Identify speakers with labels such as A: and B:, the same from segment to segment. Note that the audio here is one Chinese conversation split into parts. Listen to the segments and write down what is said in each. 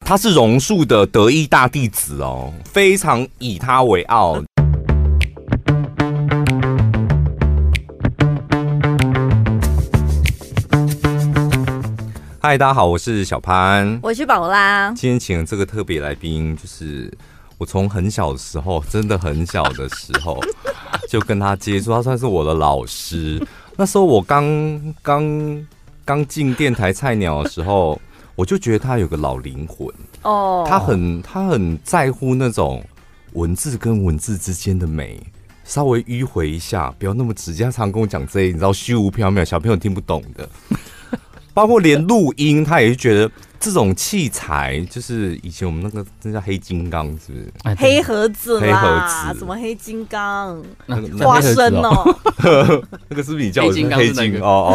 A: 他是榕树的德意大弟子哦，非常以他为傲。嗨，大家好，我是小潘。
B: 我去宝拉，
A: 今天请这个特别来宾，就是我从很小的时候，真的很小的时候就跟他接触，他算是我的老师。那时候我刚刚刚进电台菜鸟的时候，我就觉得他有个老灵魂，
B: 哦，
A: 他很他很在乎那种文字跟文字之间的美。稍微迂回一下，不要那么直接。他常跟我讲这些，你知道虚无缥缈，小朋友听不懂 的。包括连录音，他也是觉得这种器材，就是以前我们那个那叫黑金刚，是不是？
C: 哎
B: 黑盒子
A: 黑
B: 啦
A: 盒，子
B: 什么黑金刚、
C: 那那
B: 花生
C: 那
B: 哦，
A: 那个是不是你叫我
C: 黑金刚
A: 黑
C: 是那
A: 金？
C: 个
A: 哦哦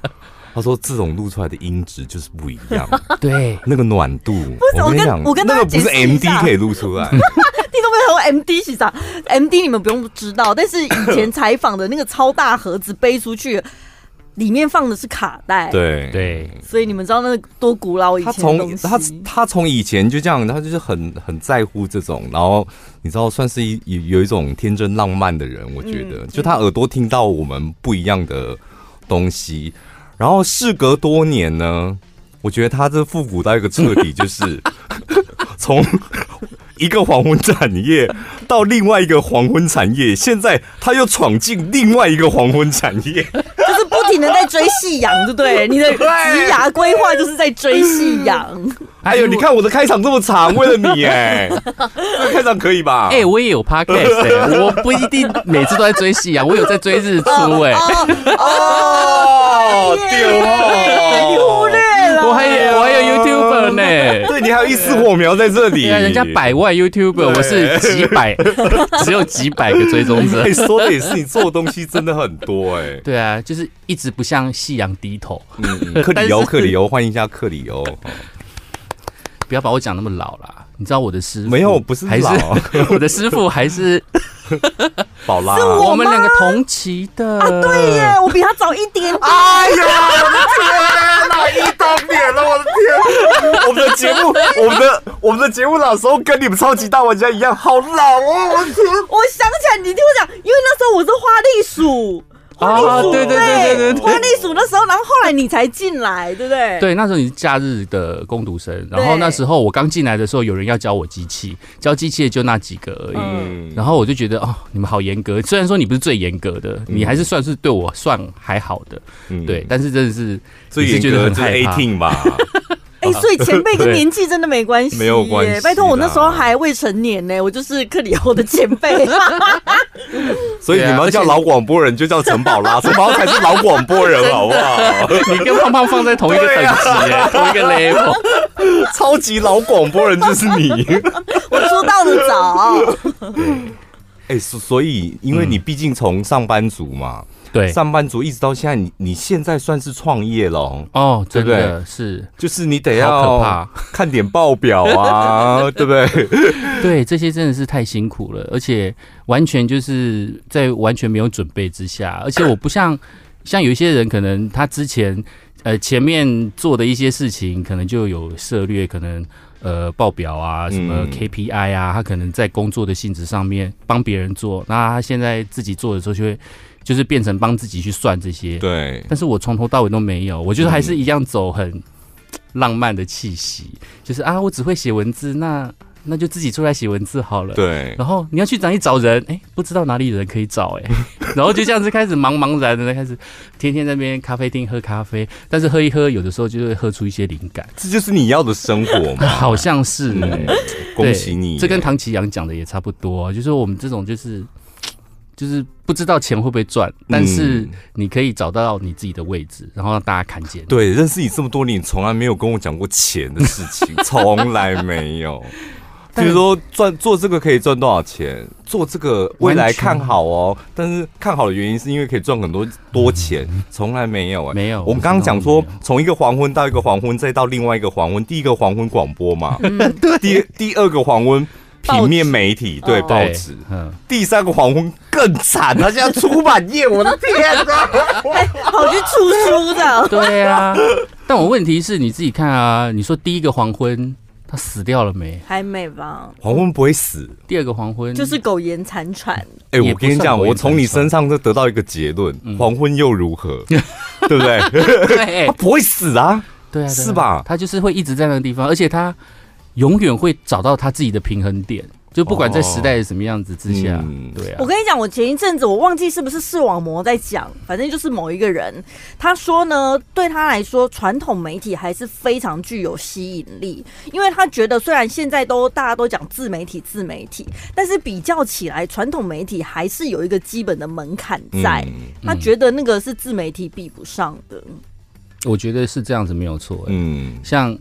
A: 哦。他说这种录出来的音质就是不一样，
C: 对，
A: 那个暖度。
B: 是
A: 跟你
B: 我跟
A: 讲，
B: 我跟
A: 那
B: 大
A: 个
B: 家
A: 不是
B: 解释一
A: M D
B: 下
A: 可以录出来，
B: 听众朋友 MD 洗澡，MD 你们不用知道，但是以前采访的那个超大盒子背出去，里面放的是卡带，，
A: 对。
C: 对，
B: 所以你们知道那个多古老以
A: 他
B: 前的
A: 从
B: 东
A: 他
B: 西。
A: 他从以前就这样，他就是很很在乎这种，然后你知道，算是一有有一种天真浪漫的人，我觉得，
B: 嗯
A: 就他耳朵听到我们不一样的东西，然后事隔多年呢，我觉得他这复古到一个彻底，就是 从一个黄昏产业到另外一个黄昏产业，现在他又闯进另外一个黄昏产业，
B: 就是不停的在追夕阳，对不 对？你的职涯规划就是在追夕阳。
A: 哎呦，你看我的开场这么长，为了你 哎、这个开场可以吧？
C: 哎，我也有 podcast，哎 我不一定每次都在追戏啊，我有在追日出，哎，
B: 哦
A: 哦，
B: 耶
A: 丢哦，
B: 忽略了，
C: 我还有我还有 YouTuber 呢。
A: 对你还有一丝火苗在这里，
C: 对啊，人家百万 YouTuber，我是几百， 只有几百个追踪者
A: 哎。说的也是，你做的东西真的很多哎、
C: 对啊，就是一直不向夕阳低头，
A: 嗯，嗯克里欧，克里欧，欢迎一下克里欧。
C: 不要把我讲那么老啦。你知道我的师傅
A: 没有，不是
C: 还是
A: 老
C: 我的师傅还是
A: 宝拉
B: 是。我吗
C: 我们两个同期的啊，
B: 对耶，我比他早一点点。
A: 哎呀，我的天哪！一当脸了，我的天！我们的节 目，我们的我们的节目，老时候跟你们超级大玩家一样，好老哦！我的天，
B: 我想起来，你听我讲，因为那时候我是花栗鼠，
C: 啊，对对对对对对，
B: 花栗鼠那时候，然后后来你才进来，对不对？，
C: 对，那时候你是假日的工读生，然后那时候我刚进来的时候，有人要教我机器，教机器的就那几个而已。
A: 嗯
C: 然后我就觉得哦，你们好严格。虽然说你不是最严格的，你还是算是对我算还好的，
A: 嗯
C: 对。但是真的是
A: 最
C: 你是觉
A: 严
C: 得
A: 格
C: 很
A: 就是
C: 害怕
A: eighteen 吧？
B: 哎，所以前辈跟年纪真的没关系，
A: 没有关系啦
B: 拜托，我那时候还未成年呢，我就是克里欧的前辈。
A: 所以你们
C: 啊
A: 要叫老广播人，就叫陈宝拉，陈宝拉才是老广播人，好不好？
C: 你跟胖胖放在同一个等级、欸，同一个 level。
A: 超级老广播人就是你。
B: 我出道的早，
A: 哎，所所以，因为你毕竟从上班族嘛，
C: 对，
A: 上班族一直到现在，你你现在算是创业喽，
C: 哦，
A: 对
C: 真
A: 不对
C: 的是，
A: 就是你得
C: 好可
A: 要
C: 怕
A: 看点报表 啊，对不对？
C: 对，这些真的是太辛苦了，而且完全就是在完全没有准备之下，而且我不像像有一些人，可能他之前呃前面做的一些事情，可能就有涉略，可能呃报表啊，什么
A: 嗯
C: KPI 啊，他可能在工作的性质上面帮别人做，那他现在自己做的时候就会就是变成帮自己去算这些，
A: 对，
C: 但是我从头到尾都没有，我就是还
A: 嗯
C: 是一样走很浪漫的气息，就是啊，我只会写文字，那那就自己出来写文字好了。。
A: 对，
C: 然后你要去哪里找人？哎，不知道哪里人可以找 哎、然后就这样子开始茫茫然的开始，天天在那边咖啡厅喝咖啡，但是喝一喝，有的时候就会喝出一些灵 感，
A: 这就是你要的生活 嘛。
C: 好像是哎、
A: 嗯恭喜你，
C: 对这跟唐奇阳讲的也差不多，就是我们这种就是就是不知道钱会不会赚，但
A: 嗯
C: 是你可以找到你自己的位置，然后让大家看见。
A: 对认识你这么多年，你从来没有跟我讲过钱的事 情，从来没有。比
C: 但
A: 如说赚做这个可以赚多少钱，做这个未来
C: 完全嗯
A: 看好哦。但是看好的原因是因为可以赚很多多钱，从来没有哎、
C: 没有
A: 我们刚刚讲说
C: 我知道没，
A: 从一个黄昏到一个黄昏，再到另外一个黄昏，第一个黄昏广播嘛，
C: 嗯
A: 对， 第第二个黄昏
B: 报纸
A: 平面媒体，对
B: 哦
A: 报
C: 对
A: 纸，
C: 嗯，
A: 第三个黄昏更惨，他现在出版业，我的天啊哪、
B: 跑去出书的。
C: 对啊。但我问题是你自己看啊，你说第一个黄昏他死掉了没？
B: 还没吧？
A: 黄昏不会死。
C: 第二个黄昏
B: 就是苟延残喘，
A: 哎、
C: 也
A: 我
C: 不
A: 跟你
C: 算
A: 讲，
C: 我
A: 我
C: 也
A: 从
C: 很
A: 你
C: 爽
A: 身上就得到一个结论：
C: 嗯哎
A: 黄昏又如 何？对不对？
C: 对
A: 他不会死 啊！
C: 对啊，
A: 是吧
C: 他就是会一直在那个地方，而且他永远会找到他自己的平衡点，就不管在时代是什么样子之下，
A: 嗯
C: 对啊
B: 我，跟你讲，我前一阵子我忘记是不是视网膜在讲，反正就是某一个人，他说呢，对他来说，传统媒体还是非常具有吸引力，因为他觉得虽然现在都大家都讲自媒体，自媒体，但是比较起来，传统媒体还是有一个基本的门槛在，
A: 嗯
B: 他觉得那个是自媒体比不上的。
C: 我觉得是这样子没有错、欸
A: 嗯，
C: 像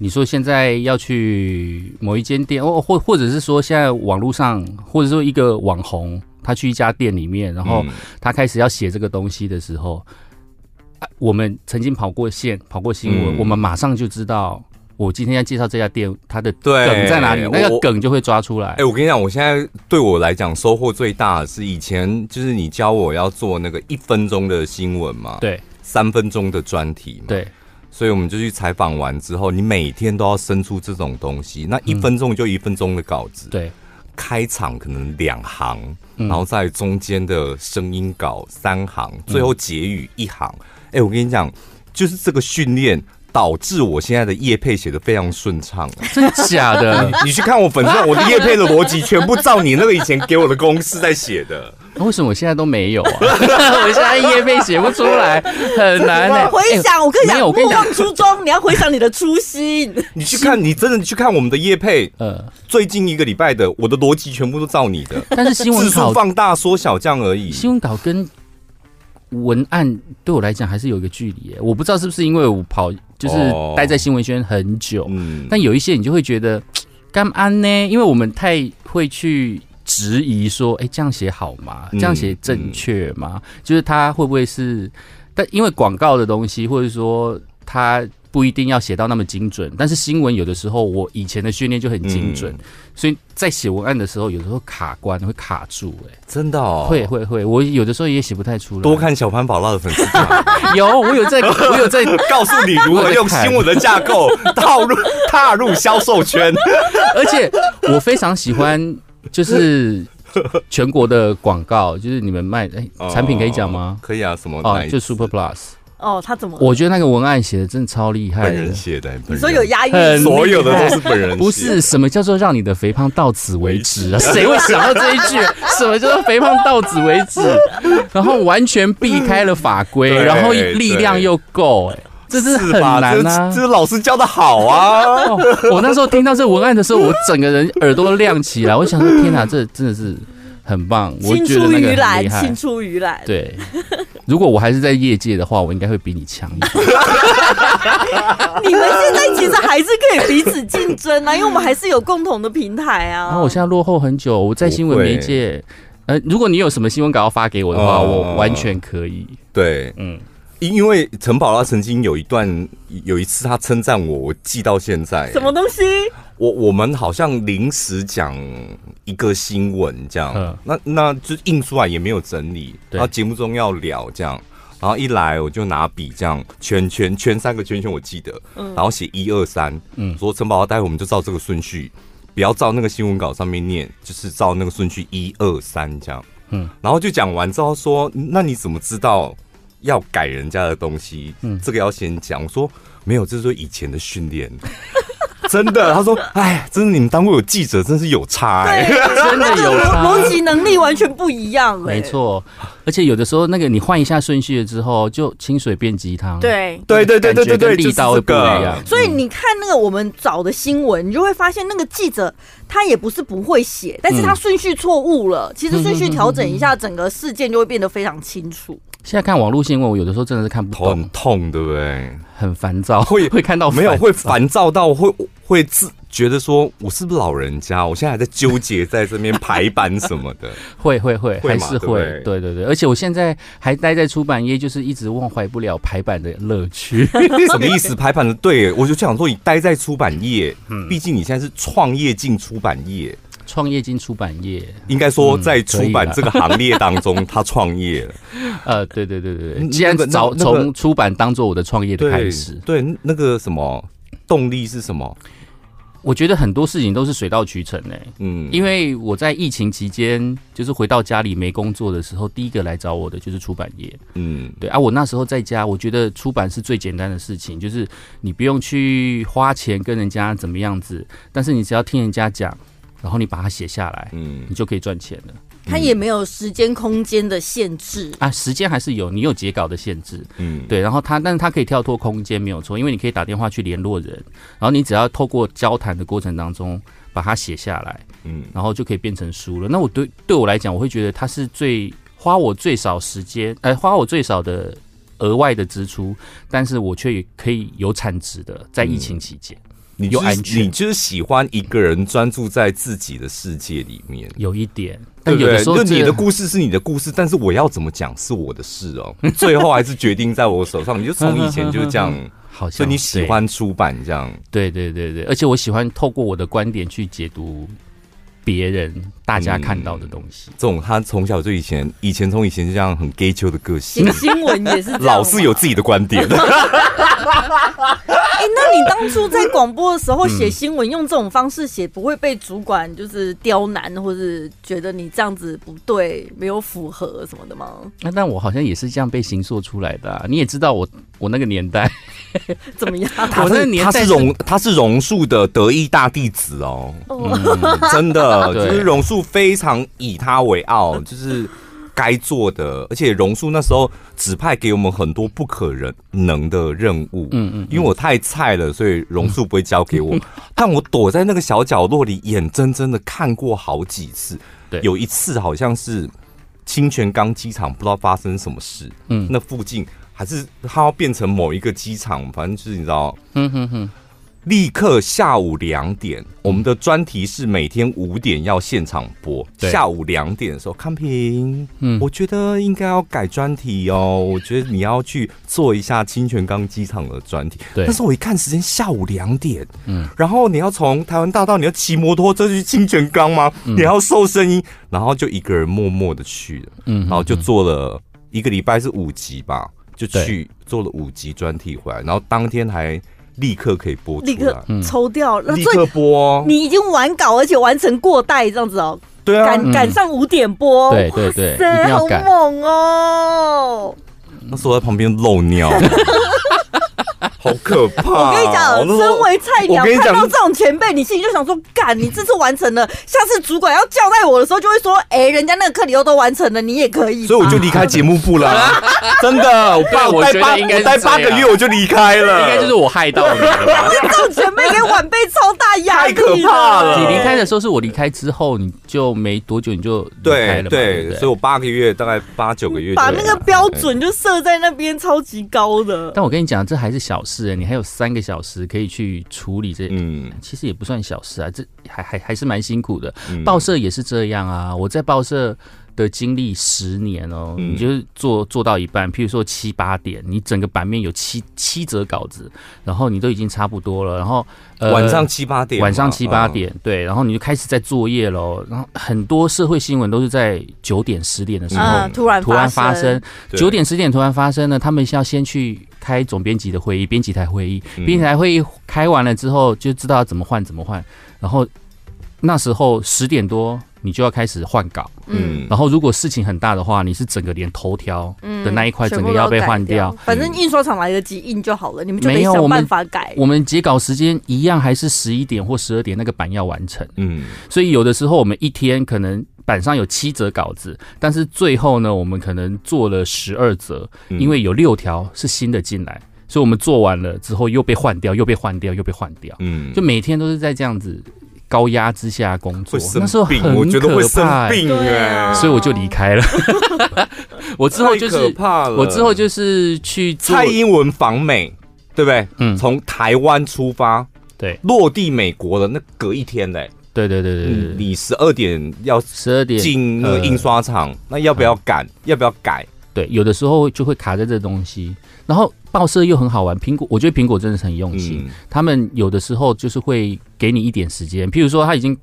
C: 你说现在要去某一间店，哦，或或者是说现在网络上，或者说一个网红，他去一家店里面，然后
A: 嗯
C: 他开始要写这个东西的时候，啊我们曾经跑过线，跑过新
A: 嗯
C: 闻，我们马上就知道。我今天要介绍这家店，它的
A: 对
C: 梗在哪里？
A: 我
C: 那个梗就会抓出来
A: 哎、。我跟你讲，我现在对我来讲收获最大的是以前就是你教我要做那个一分钟的新闻嘛，，
C: 对
A: 三分钟的专题嘛，，
C: 对，
A: 所以我们就去采访完之后，你每天都要生出这种东西，那
C: 嗯
A: 一分钟就一分钟的稿子，
C: 对，
A: 开场可能两行，
C: 嗯
A: 然后在中间的声音稿三行，最后结语一行。哎、我跟你讲，就是这个训练导致我现在的叶配写的非常顺畅、啊
C: 真假 的？
A: 你去看我粉丝团，我的叶配的逻辑全部照你那个以前给我的公式在写的。
C: 那为什么我现在都没有啊？ 我现在页面写不出来，很难欸
B: 回想，我跟你
C: 没
B: 讲，
C: 有我跟
B: 莫
C: 你讲
B: 忘初衷，你要回想你的初心。
A: 你去看，你真的去看我们的叶配，
C: 呃，
A: 最近一个礼拜的，我的逻辑全部都照你 的，
C: 但是新
A: 字
C: 闻
A: 数
C: 稿
A: 放大缩小这样而已。
C: 新闻稿跟文案对我来讲还是有一个距离耶。我不知道是不是因为我跑就是
A: 哦
C: 待在新闻圈很久，
A: 嗯，
C: 但有一些你就会觉得干安呢，因为我们太会去质疑说，哎、这样写好吗？
A: 嗯
C: 这样写正确吗？就是它会不会是？但因为广告的东西，或者说它不一定要写到那么精准，但是新闻有的时候我以前的训练就很精准，
A: 嗯
C: 所以在写文案的时候，有的时候卡关会卡住、哎、
A: 真的哦，
C: 会会会，我有的时候也写不太出来。
A: 多看小潘宝拉的粉丝团。
C: 有，我有在，我有在
A: 告诉你如何用新闻的架构套入踏入销售圈。
C: 而且我非常喜欢，就是全国的广告，就是你们卖哎、 产品可以讲吗？
A: 可以啊，什么
C: 哦
A: 哪，哦一
C: 就 Super Plus，
B: 哦，他怎么了？
C: 我觉得那个文案写的真的超厉害
A: 本人
C: 的。
A: 写的，本人
B: 你说有押韵
C: 很
B: 是不是
A: 所有的都是本 人写的，
C: 啊不是什么叫做让你的肥胖到此为止啊？谁会想到这一句？什么叫做肥胖到此为止？然后完全避开了法规，
A: 对
C: 然后力量又够，哎，这是很
A: 吧
C: 难啊
A: 这。这老师教的好啊。
C: 哦，我那时候听到这文案的时候，我整个人耳朵亮起来，我想说：天哪，这真的是很棒！我
B: 青
C: 觉得
B: 出
C: 那个
B: 于
C: 很厉
B: 蓝，
C: 害
B: 青。出于蓝。
C: 对，如果我还是在业界的话，我应该会比你强 一点。
B: 你们现在其实还是可以彼此竞争啊，因为我们还是有共同的平台啊。
C: 然哦后我现在落后很久，我在新闻媒介。呃，如果你有什么新闻稿要发给我的话，
A: 哦
C: 我完全可以。
A: 对，
C: 嗯，
A: 因因为陈宝拉曾经有一段有一次他称赞我，我记到现在。
B: 什么？东西？
A: 我我们好像临时讲一个新闻这样，
C: 嗯
A: 那那就印出来也没有整理，
C: 对
A: 然后节目中要聊这样，然后一来我就拿笔这样圈圈圈三个圈圈，我记得，然后写一二三，嗯，说陈宝，待会我们就照这个顺序，不要照那个新闻稿上面念，就是照那个顺序一二三这样，嗯
C: 嗯，
A: 然后就讲完之后说，那你怎么知道要改人家的东西？嗯，这个要先讲，我说没有，这是说以前的训练。真的，他说：“哎，真的，你们单位有记者，真是有差哎、
B: 对，
C: 真的有
B: 逻
C: 差
B: 逻辑能力完全不一
A: 哦
B: 样、哎
C: 没。错，而且有的时候那个你换一下顺序了之后，就清水变鸡汤。
B: 对，
A: 对对对
C: 感
A: 对
C: 觉
A: 对对，
C: 跟力道会不一样。
B: 所以你看那个我们找的新闻，你就会发现那个记者他也不是不会写，但是
C: 嗯
B: 他顺序错误了。其实顺序调整一下，整个事件就会变得非常清楚。
C: 现在看网络新闻，我有的时候真的是看不
A: 头很
C: 懂，
A: 痛，对不对？
C: 很烦躁，
A: 会
C: 会看到
A: 没有
C: 烦
A: 会烦躁到会会自觉得说我是不是老人家？我现在还在纠结在这边排版什么的。
C: 会会会，
A: 会
C: 还
A: 嘛对
C: 是
A: 不
C: 会，
A: 对
C: 对对对，而且我现在还待在出版业，就是一直忘怀不了排版的乐趣。
A: 什么意思？排版的对，我就想说你待在出版业，毕竟你现在是创业进出版业，
C: 创业进出版业，
A: 应该说在出版
C: 嗯可以啦
A: 这个行列当中，他创业 了。
C: 呃，对对对对对，
A: 嗯
C: 既然
A: 那个
C: 找
A: 那那个
C: 从出版当做我的创业的开始，
A: 对，那个什么动力是什么？
C: 我觉得很多事情都是水到渠成诶、欸
A: 嗯，
C: 因为我在疫情期间，就是回到家里没工作的时候，第一个来找我的就是出版业。
A: 嗯
C: 对啊，我那时候在家，我觉得出版是最简单的事情，就是你不用去花钱跟人家怎么样子，但是你只要听人家讲，然后你把它写下来，
A: 嗯
C: 你就可以赚钱了。
B: 它也没有时间空间的限 制。
C: 啊，时间还是有，你有截稿的限制，
A: 嗯，
C: 对，然后它，但是它可以跳脱空间，没有错，因为你可以打电话去联络人，然后你只要透过交谈的过程当中把它写下来，
A: 嗯
C: 然后就可以变成书了。那我对对我来讲，我会觉得它是最花我最少时间，呃，花我最少的额外的支出，但是我却也可以有产值的，在疫情期间、
A: 你
C: 有
A: 就是
C: 安全
A: 你就是喜欢一个人专注在自己的世界里面。
C: 有一点，
A: 对
C: 但
A: 不
C: 有的
A: 对？
C: 时候
A: 就你
C: 这
A: 的故事是你的故事，但是我要怎么讲是我的事哦。最后还是决定在我手上。你就从以前就是这 样，
C: 好
A: 所
C: 像
A: 以你喜欢出版这样。
C: 对，对对对对，而且我喜欢透过我的观点去解读别人大家看到的东西。
A: 这种他从小就以前以前从以前就这样很 gay 秋的个性
B: 新，新闻也是这样嘛
A: 老是有自己的观点。
B: 哎、那你当初在广播的时候
A: 嗯
B: 写新闻，用这种方式写，不会被主管就是刁难，或是觉得你这样子不对，没有符合什么的吗？
A: 嗯
C: 那、但我好像也是这样被形塑出来的、啊，你也知道我我那个年代，
B: 怎么样？
C: 我那个 年
A: 他
C: 代
A: 是榕他是榕树的得意大弟子哦，真的就
C: 对
A: 是榕树非常以他为傲，就是该做的，而且榕树那时候指派给我们很多不可人能的任务，
C: 嗯嗯，
A: 因为我太菜了，所以榕树不会交给我， 但我躲在那个小角落里，眼睁睁的看过好几次，
C: 对
A: 有一次好像是清泉岗机场，不知道发生什么事，
C: 嗯
A: 那附近还是它要变成某一个机场，反正就是你知道。
C: 嗯哼哼，嗯
A: 立刻下午两点，我们的专题是每天五点要现场播。
C: 对
A: 下午两点的时候，康平，
C: 嗯
A: 我觉得应该要改专题哦。我觉得你要去做一下清泉岗机场的专题。
C: 对
A: 但是我一看时间，下午两点，
C: 嗯
A: 然后你要从台湾大道，你要骑摩托车去清泉岗吗？
C: 嗯
A: 你要瘦身衣，然后就一个人默默的去了，
C: 嗯哼
A: 然后就做了一个礼拜是五集吧，就
C: 对
A: 去做了五集专题回来，然后当天还立刻可以播出来，
B: 立刻
C: 嗯
B: 抽掉了，
A: 立
B: 所以
A: 刻播哦，
B: 你已经完稿，而且完成过带这样子哦，
A: 对啊，
B: 赶赶上五点播，
C: 对对对，一定
B: 塞，
C: 要
B: 好
C: 改。
B: 猛哦！
A: 那时候我在旁边漏 尿，好可怕哦、
B: 我跟你
A: 那
B: 讲，
A: 时候
B: 身为菜鸟，
A: 我跟你
B: 看
A: 讲
B: 到这种前辈，你心里就想说：干，你这次完成了，下次主管要交代我的时候，就会说：哎、人家那个课你又都完成了，你也可以。
A: 所以我就离开节目部了、 真的，我爸
C: 对
A: 我待
C: 我觉得
A: 八
C: 应该是
A: 我待
C: 这样
A: 八个月我就离开了，
C: 应该就是我害到 你了吧？
B: 这种前辈给晚辈超大压力，
A: 太可怕了
C: 你离开的时候是我离开之后，你就没多久你就离开
A: 对
C: 了嘛，对
A: 对，
C: 不
A: 所以我八个月大概八九个月就
B: 把那个标准就设在那边超级高的。
C: 但我跟你讲，这还是小事、欸你还有三个小时可以去处理这，
A: 嗯
C: 其实也不算小事啊，这还还还是蛮辛苦的。
A: 嗯
C: 报社也是这样啊，我在报社的经历十年哦，
A: 嗯
C: 你就是做做到一半，譬如说七八点，你整个版面有七七则稿子，然后你都已经差不多了，然后、呃、
A: 晚上七八点嘛，
C: 晚上七八
A: 嗯
C: 点，对，然后你就开始在作业喽。然后很多社会新闻都是在九点十点的时候、
B: 嗯，突然
C: 啊突然发生，，
A: 啊对
C: 九点十点突然发生呢，他们是要先去开总编辑的会议，编辑台会议，
A: 嗯
C: 编辑台会议开完了之后就知道要怎么换怎么换，然后那时候十点多你就要开始换稿，
B: 嗯
C: 然后如果事情很大的话，你是整个连头条
B: 嗯
C: 的那一块整个要被换掉。，
B: 反正印刷厂来得及印就好了，你们就得
C: 没有
B: 想
C: 我们
B: 办法改。
C: 我们截稿时间一样，还是十一点或十二点那个版要完成。
A: 嗯
C: 所以有的时候我们一天可能板上有七则稿子，但是最后呢，我们可能做了十二则，
A: 嗯
C: 因为有六条是新的进来，所以我们做完了之后又被换掉，又被换掉，又被换掉，
A: 嗯
C: 就每天都是在这样子高压之下工作
A: 会，生
C: 那时候很
A: 病，
C: 可怕、
A: 我觉得会生
C: 欸
A: 病
B: 对
A: 哎
B: 啊，
C: 所以我就离 开了。我之后就
A: 太可
C: 是
A: 怕了，
C: 我之后就是去做
A: 蔡英文访美，对不对？
C: 嗯
A: 从台湾出发
C: 对
A: 落地美国的那隔一天嘞，
C: 对对对对对
A: 嗯
C: 对，
A: 你十二点要
C: 十二点
A: 进那个
C: 呃
A: 印刷厂，那要不
C: 嗯
A: 要赶？要不要改？
C: 对，有的时候就会卡在这东西。然后报社又很好玩，苹果我觉得苹果真的是很用心，
A: 嗯
C: 他们有的时候就是会给你一点时间，譬如说他已经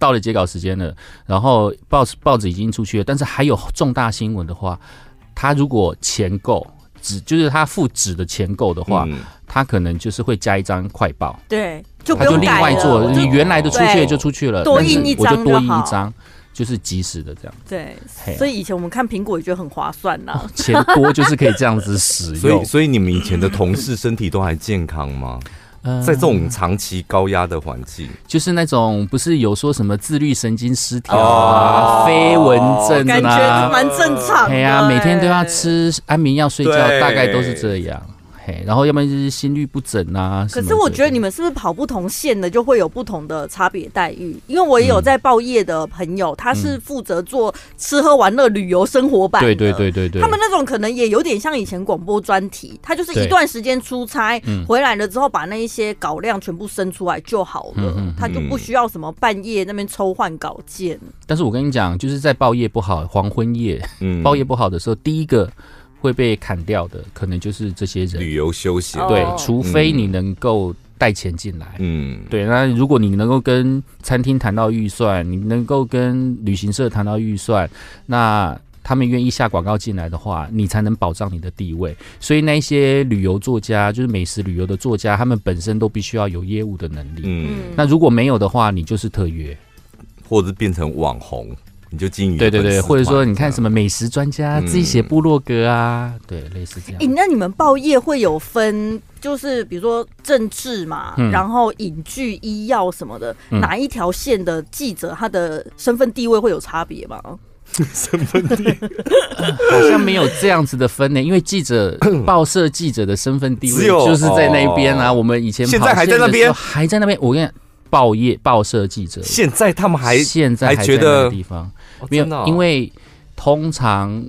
C: 到了截稿时间了，然后报报纸已经出去了，但是还有重大新闻的话，他如果钱够。纸，就是他付纸的钱够的话，
A: 嗯
C: 他可能就是会加一张快报，
B: 对，就不
C: 他就
B: 用
C: 另
B: 改
C: 外
B: 了
C: 做，
B: 我
C: 你
B: 就
C: 原来的出去
B: 对
C: 也就出去了，
B: 多
C: 但是
B: 印一
C: 我
B: 张
C: 就多印
B: 就好
C: 一张，就是及时的这样，
B: 对
C: 嘿，啊
B: 所以以前我们看苹果也觉得很划算呐、
C: 钱多就是可以这样子使
A: 所
C: 用
A: 以，。所以你们以前的同事身体都还健康吗？
C: 呃
A: 在这种长期高压的环境，
C: 就是那种不是有说什么自律神经失调啊、飞蚊症
B: 哦感觉
C: 啊，
B: 蛮正常的、
C: 哎
B: 欸。
C: 呀，每天都要吃安眠药睡觉，
A: 对
C: 大概都是这样。嘿，然后要不然就是心律不整啊。
B: 可
C: 什么
B: 是我
C: 之
B: 觉得
C: 类
B: 你们是不是跑不同线的，就会有不同的差别待遇？因为我也有
C: 嗯
B: 在报业的朋友，他是负责做吃喝玩乐、旅游生活版
C: 对
B: 的。
C: 对对对对，
B: 他们那种可能也有点像以前广播专题，他就是
C: 对
B: 一段时间出差
C: 嗯
B: 回来了之后，把那一些稿量全部生出来就好
C: 嗯
B: 了
C: 嗯，
B: 他就不需要什么半夜那边抽换稿件。
C: 但是我跟你讲，就是在报业不好、黄昏夜、
A: 嗯
C: 报业不好的时候，第一个会被砍掉的，可能就是这些人。
A: 旅游休闲，
B: 哦
C: 对，除非你能够带钱进来。
A: 嗯，
C: 对，那如果你能够跟餐厅谈到预算，你能够跟旅行社谈到预算，那他们愿意下广告进来的话，你才能保障你的地位。所以那一些旅游作家，就是美食旅游的作家，他们本身都必须要有业务的能力。
A: 嗯，
B: 嗯，
C: 那如果没有的话，你就是特约。
A: 或者是变成网红，你就经营
C: 对对对，或者说你看什
A: 么，
C: 么美食专家、
A: 嗯
C: 自己写部落格啊，对，类似这
B: 诶
C: 样。
B: 那你们报业会有分，就是比如说政治嘛，
C: 嗯
B: 然后影剧、医药什么的，
C: 嗯
B: 哪一条线的记者他的身份地位会有差别吗？
C: 好像没有这样子的分类，因为 记者报社记者的身份地位
A: 只有
C: 就是在那边啊。
A: 哦
C: 我们以前
A: 现
C: 跑
A: 在还
C: 线
A: 在那
C: 的
A: 边
C: 时候还在那边。我跟你讲，报业报社记者
A: 现在他们还
C: 现在
A: 还
C: 还
A: 觉
C: 在那个
A: 得
C: 地方
A: 哦
C: 没有
A: 真的，哦
C: 因为通常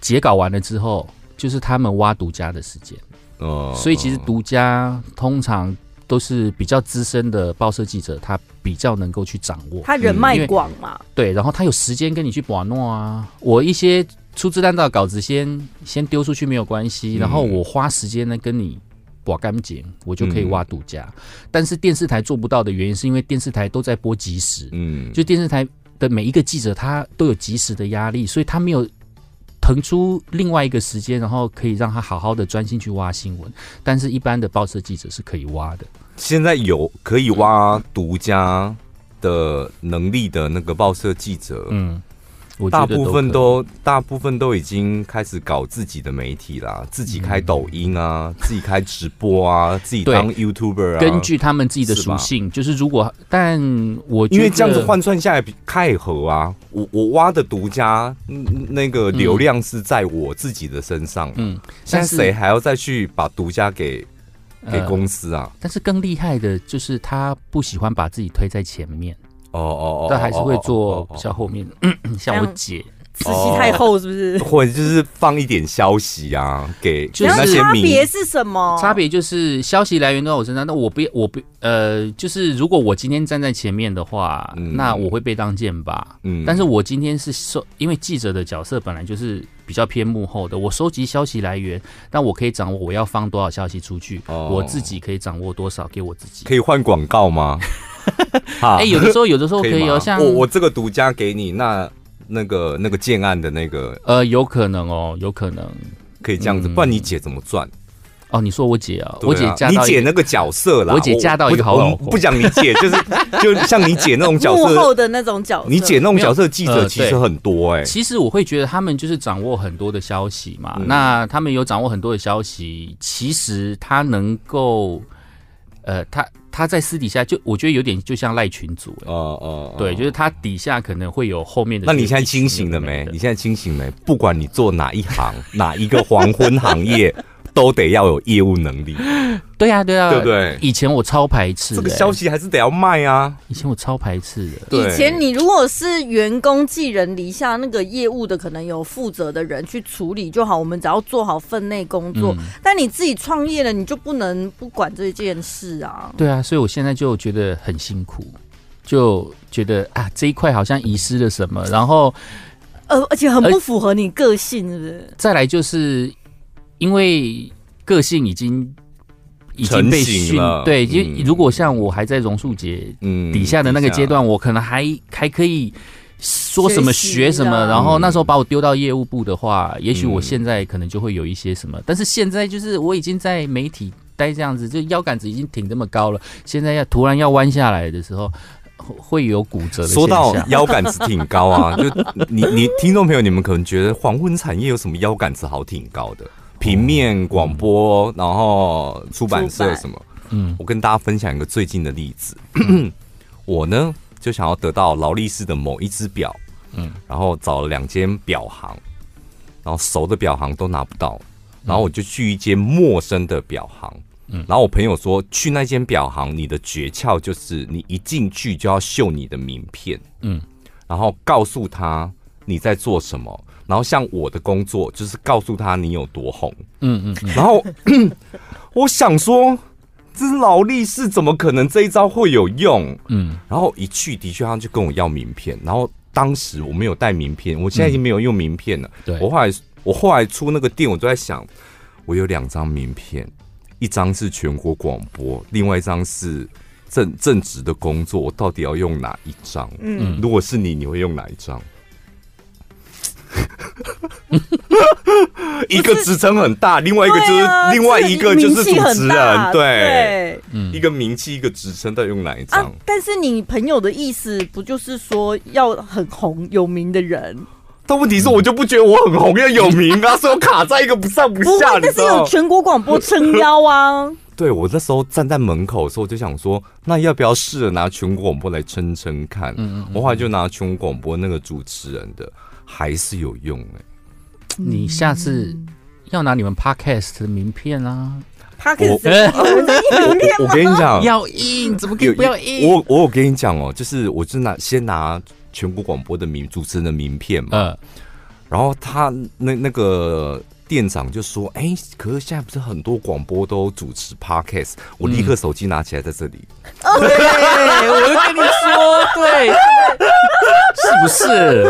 C: 截稿完了之后，就是他们挖独家的时间。
A: 哦
C: 所以其实独家通常都是比较资深的报社记者，他比较能够去掌握。
B: 他人
C: 嗯因
B: 脉
C: 为
B: 广嘛，
C: 对，然后他有时间跟你去把弄啊。我一些粗制滥造的稿子先先丢出去没有关系，
A: 嗯
C: 然后我花时间呢跟你。把干净，我就可以挖独家。但是电视台做不到的原因，是因为电视台都在播即时，
A: 嗯
C: 就电视台的每一个记者他都有及时的压力，所以他没有腾出另外一个时间，然后可以让他好好的专心去挖新闻。但是，一般的报社记者是可以挖的。
A: 现在有可以挖独家的能力的那个报社记者，
C: 嗯，我觉
A: 大
C: 得
A: 部分
C: 都
A: 都大部分都已经开始搞自己的媒体啦，自己开抖音啊，自己开直播 啊，自己
C: 嗯对
A: 当 YouTuber 啊。
C: 可以根据他们自己的属性，就是如果但我觉
A: 因
C: 得
A: 为这样子换算下来比开合啊，我我挖的独家嗯那个流量是在我自己的身上，啊
C: 嗯，
A: 现
C: 但
A: 在
C: 是
A: 谁还要再去把独家给给
C: 呃
A: 公司啊？
C: 但是更厉害的就是他不喜欢把自己推在前面，
A: 哦哦哦，
C: 呃但还是会
A: 哦
C: 做
A: 哦哦
C: 像后面， 嗯像我姐，
B: 慈禧太后是不是？
A: 或者就是放一点消息啊，给给
C: 就是
A: 那些
B: 差
A: 民
B: 别是什么？
C: 差别就是消息来源都在我身上，那我不我不呃，就是如果我今天站在前面的话，
A: 嗯
C: 那我会被当箭靶。
A: 嗯
C: 但是我今天是收，因为记者的角色本来就是比较偏幕后的，我收集消息来源，但我可以掌握我要放多少消息出去，
A: 哦
C: 我自己可以掌握多少给我自己。
A: 可以换广告 吗？哈
C: 哎、有的时候有的时候可以
A: 啊吗
C: 哦，像
A: 我我这个独家给你，那那个那个建案的那个
C: 呃有可能哦，有可能
A: 可以这样子，
C: 嗯
A: 不然你姐怎么赚？
C: 哦，你说我姐啊，
A: 对
C: 我
A: 啊
C: 姐嫁
A: 你
C: 到一
A: 姐
C: 个
A: 那个角色啦，
C: 我姐嫁到一个好
A: 我
C: 老
A: 我
C: 婆
A: 不讲你姐， 就是就像你姐那种角
B: 幕
A: 色，
B: 后的那种角色，
A: 你姐那种角色记
C: 没有
A: 者
C: 呃
A: 其实
C: 对
A: 很多哎，
C: 其实我会觉得他们就是掌握很多的消息嘛，
A: 嗯
C: 那他们有掌握很多的消息，其实他能够，呃，他他在私底下就我觉得有点就像赖群主、欸
A: 哦哦，
C: 对，
A: 哦
C: 就是他底下可能会有后面的。
A: 那你现在清醒了没？你现在清醒没？不管你做哪一行， 哪一个黄昏行业，都得要有业务能力，
C: 对呀、对呀、啊
A: 对不对？
C: 以前我超排斥
A: 这
C: 呃的、欸
A: 个消息还是得要卖啊。
C: 以前我超排斥的。
A: 对
B: 以前你如果是员工寄人篱下，那个业务的可能有负责的人去处理就好，我们只要做好分内工
A: 嗯
B: 作。但你自己创业了，你就不能不管这件事啊。
C: 对啊，所以我现在就觉得很辛苦，就觉得啊这一块好像遗失了什么，然后
B: 呃，而且很
A: 哎
C: 而
B: 不符合你个性，是不是？
C: 再来就是因为个性已经已经被
A: 成
C: 训
A: 型了
C: 对，
A: 嗯
C: 就如果像我还在榕树节
A: 嗯
C: 底下的那个阶，段，我可能还还可以。说什么学啊什
B: 学
C: 么，
B: 习的
C: 然后那时候把我丢到业务部的话，也许我现在可能就会有一些什么，但是现在就是我已经在媒体待这样子，就腰杆子已经挺这么高了，现在要突然要弯下来的时候，会会有骨折的现
A: 说到
C: 象。
A: 腰杆子挺高啊， 就你你听众朋友，你们可能觉得黄昏产业有什么腰杆子好挺高的？平面广播，然后出版
B: 出
A: 社
B: 版
A: 什么？
C: 嗯，
A: 我跟大家分享一个最近的例子。 我呢就想要得到劳力士的某一只表，嗯
C: 嗯，
A: 然后找了两间表行，然后熟的表行都拿不到，然后我就去一间陌生的表行。嗯，然后我朋友说，去那间表行，你的诀窍就是你一进去就要秀你的名片，嗯
C: 嗯，
A: 然后告诉他你在做什么，然后像我的工作就是告诉他你有多红，
C: 嗯嗯嗯，
A: 然后 我想说，这劳力士怎么可能这一招会有用？
C: 嗯，
A: 然后一去，的确他就跟我要名片，然后当时我没有带名片，我现在已经没有用名片了。
C: 对
A: 我，后来我后来出那个店，我都在想，我有两张名片，一张是全国广播，另外一张是。正正职的工作，我到底要用哪一张？
B: 嗯
A: 嗯，如果是你，你会用哪一 张？一个职称很大，另外一个就是、
B: 对啊
A: 另外一个就是主
B: 这名气
A: 持
B: 很大
A: 人，对，
B: 对
A: 一个名气，一个职称，到底用哪一张？
B: 啊！但是你朋友的意思不就是说要很红有名的人？
A: 但问题是我就不觉得我很红，要有名 啊，所以我卡在一个不上不
B: 不会
A: 下，，你知
B: 但是
A: 道
B: 有
A: 吗？
B: 全国广播撑腰啊！
A: 对 我那时候站在门口的时候，我就想说，那要不要试着拿全国广播来撑撑看？我后来就拿全国广播那个主持人的，还是有用哎、
C: 你下次要拿你们 podcast 的名片啊，
B: 他可以
A: 我
B: 谁名片
A: 我跟你讲，
C: 要印，怎么可以
A: 有
C: 不要印？
A: 我啊我有跟你讲哦，就是我就拿先拿全国广播的名主持人的名片嘛，
C: 呃，
A: 然后他那那个店长就说：“哎、可是现在不是很多广播都主持 podcast？” 我立刻手机拿起来在这里，
C: 对，哎我就跟你说，对， 是不是？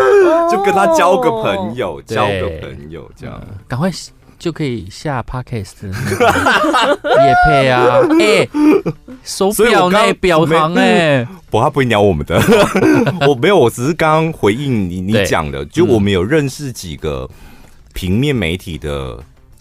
A: 就跟他交个朋友，
C: 对
A: 交个朋友这样。
C: 赶快就可以下 podcast 也 配啊！哎、手
A: 所以我
C: 表
A: 刚嗯
C: 呢？表行哎、
A: 不，他不会鸟我 们的。我没有，我只是刚刚回应你你
C: 对
A: 讲的，就
C: 嗯
A: 我们有认识几个平面媒体的，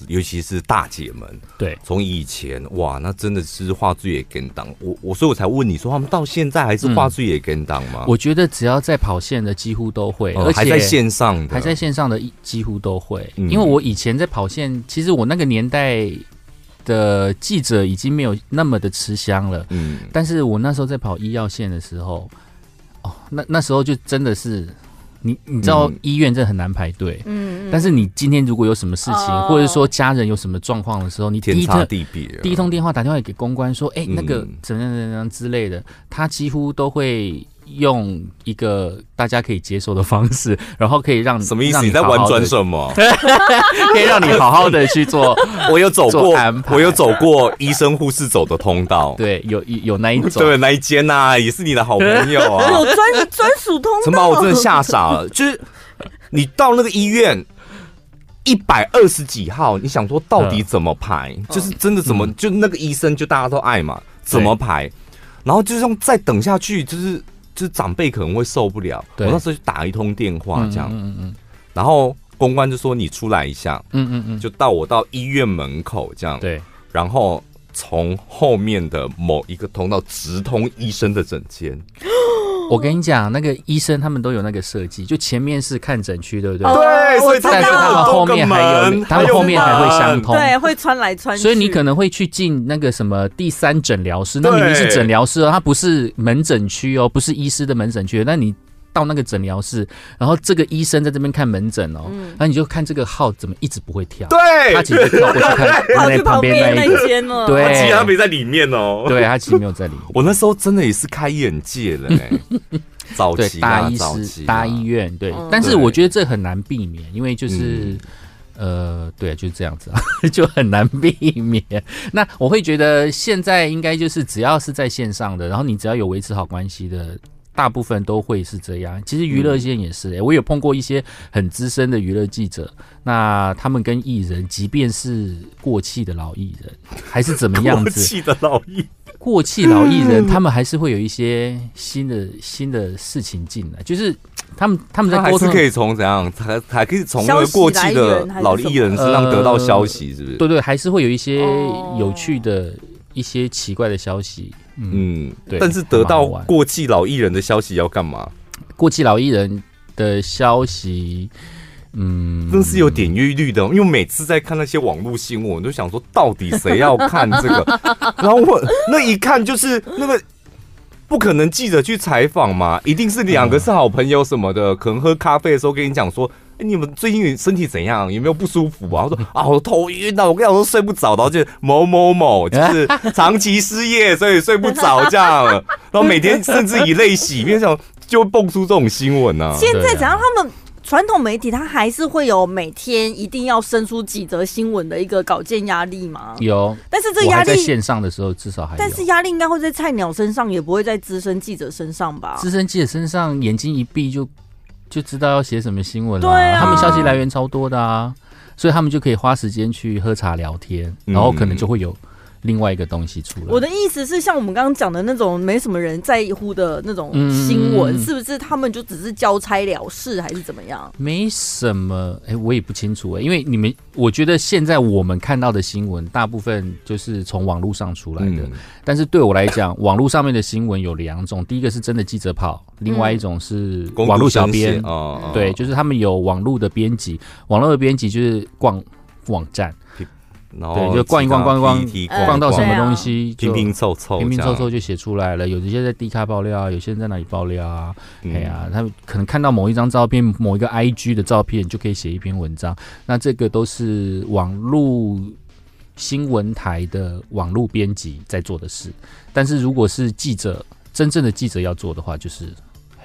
A: 尤其是大姐们，
C: 对，
A: 从以前哇，那真的是画质也跟当，我我所以我才问你说他们到现在还是画质也跟当吗？
C: 我觉得只要在跑线的几乎都会，
A: 呃
C: 嗯而且
A: 还在线上的，
C: 还在线上的几乎都会，
A: 嗯
C: 因为我以前在跑线，其实我那个年代的记者已经没有那么的吃香了。
A: 嗯，
C: 但是我那时候在跑医药线的时候，哦，那那时候就真的是，你你知道
A: 嗯
C: 医院真的很难排队，
B: 嗯，嗯
C: 但是你今天如果有什么事情，
B: 哦
C: 或者说家人有什么状况的时候，你第
A: 天
C: 一
A: 差
C: 通
A: 地别。啊
C: 第一通电话打电话给公关说，哎、
A: 嗯
C: 那个怎样怎样怎样之类的，他几乎都会。用一个大家可以接受的方式，然后可以让
A: 什么意思？
C: 让
A: 你
C: 你
A: 在玩转
C: 转手，
A: 什么？
C: 可以让你好好的去 做。
A: 我有走过
C: 做安，排
A: 我有走过医生护士走的通道，
C: 对，有有有那一种，
A: 对，那一间呐、也是你的好朋友啊。
B: 有专专属通
A: 陈宝，
B: 道，
A: 我
C: 哦
A: 真的吓傻 了，就是你到那个医院。一百二十几号，你想说到底怎么排？
C: 嗯
A: 就是真的怎么、就那个医生就大家都爱嘛，怎么排？然后就是用再等下去，就是就是长辈可能会受不了。我
C: 对
A: 那时候就打一通电话
C: 嗯
A: 这样，
C: 嗯嗯
A: 然后公关就说你出来一下，
C: 嗯嗯嗯，
A: 就到我到医院门口这样，
C: 对，
A: 然后从后面的某一个通道直通医生的诊间，
C: 我跟你讲，那个医生他们都有那个设计，就前面是看诊区，对不对？
B: 哦
A: 对，所以
B: 我
A: 他
B: 知道
C: 但是他们
A: 有
C: 后
A: 多个
C: 面还有，
A: 门，
C: 他们后面还会相通。
B: 对，会穿来穿去，
C: 所以你可能会去进那个什么第三诊疗室，那
A: 对
C: 明明是诊疗室哦，它不是门诊区哦，不是医师的门诊区。哦那你到那个诊疗室，然后这个医生在这边看门诊哦，那你就看这个号怎么一直不会跳，
A: 对，
C: 他其实跳过去看
B: 跑
C: 那
B: 去旁
C: 旁边
B: 边
C: 那
B: 那
C: 一个，
B: 一间了，
C: 对
A: 他其实他没在里面哦。
C: 对他其实没有在里面。
A: 我那时候真的也是开眼界 了、欸，早
C: 对
A: 期啊
C: 大医
A: 早
C: 师、
A: 期啊
C: 大医院，对
B: 嗯，
C: 但是
A: 对
C: 我觉得这很难避免，因为就是
A: 嗯，
C: 呃，对，就是这样子啊， 就很难避免。那我会觉得现在应该就是只要是在线上的，然后你只要有维持好关系的。大部分都会是这样，其实娱
A: 嗯
C: 乐线也是、欸。我有碰过一些很资深的娱乐记者，那他们跟艺人，即便是过气的老艺人，还是怎么样
A: 过
C: 子，
A: 气的老医，
C: 过气老艺
B: 嗯
C: 人，他们还是会有一些新的新的事情进来，就是他们他们在
A: 那还
C: 沟
A: 是
C: 通
A: 可以从怎样，还还可以从那
B: 消
A: 个
B: 息
A: 过气
B: 来
A: 的
B: 源还是
A: 老
B: 什么
A: 艺人身上得到消息，是不是？
C: 对对，还是会有一些
B: 哦
C: 有趣的、一些奇怪的消息。嗯，
A: 嗯，
C: 对
A: 但是得到
C: 蛮好玩
A: 过气老艺人的消息要干嘛？
C: 过气老艺人的消息，嗯，
A: 真是有点阅率的，因为我每次在看那些网络新闻，我都想说到底谁要看这个？然后我那一看就是那个。不可能记者去采访嘛，一定是两个是好朋友什么的，可能喝咖啡的时候跟你讲说，哎、你们最近身体怎样？有没有不舒服啊？我说啊，我头晕啊，我跟你讲说睡不着，然后就某某某就是长期失业，所以睡不着这样，然后每天甚至以泪洗面，想就会蹦出这种新闻啊。
B: 现
C: 对
B: 在
C: 啊
B: 只要他们传统媒体，他还是会有每天一定要生出几则新闻的一个稿件压力嘛。
C: 有。
B: 但是这
C: 我
B: 压
C: 还在
B: 力，
C: 线上的时候，至少还有。
B: 但是压力应该会在菜鸟身上，也不会在资深记者身上吧？
C: 资深记者身上眼睛一闭就就知道要写什么新闻了、
B: 对啊
C: 他们消息来源超多的啊，所以他们就可以花时间去喝茶聊天，
A: 嗯
C: 然后可能就会有另外一个东西出来。
B: 我的意思是，像我们刚刚讲的那种没什么人在乎的那种
C: 嗯
B: 新闻，
C: 嗯嗯
B: 是不是他们就只是交差了事，还是怎么样？
C: 没什么，哎、我也不清楚、因为你们，我觉得现在我们看到的新闻，大部分就是从网络上出来的。
A: 嗯
C: 但是对我来讲， 网络上面的新闻有两种，第一个是真的记者跑，另外一种是
A: 嗯公
C: 网络
A: 主
C: 小
A: 声
C: 编
A: 线，哦，
C: 对，就是他们有网络的编辑，网络的编辑就是逛网站，
A: 然后
C: 对就逛一逛逛一逛
B: 逛
C: 逛到什么
B: 对啊
C: 东西就
A: 拼拼凑凑，
C: 拼拼凑凑，就写出来了。有一些在 D 卡爆料啊，有些人在哪里爆料啊？
A: 嗯
C: 哎呀、他们可能看到某一张照片、某一个 IG 的照片，就可以写一篇文章。那这个都是网络新闻台的网络编辑在做的事。但是如果是记者，真正的记者要做的话，就是。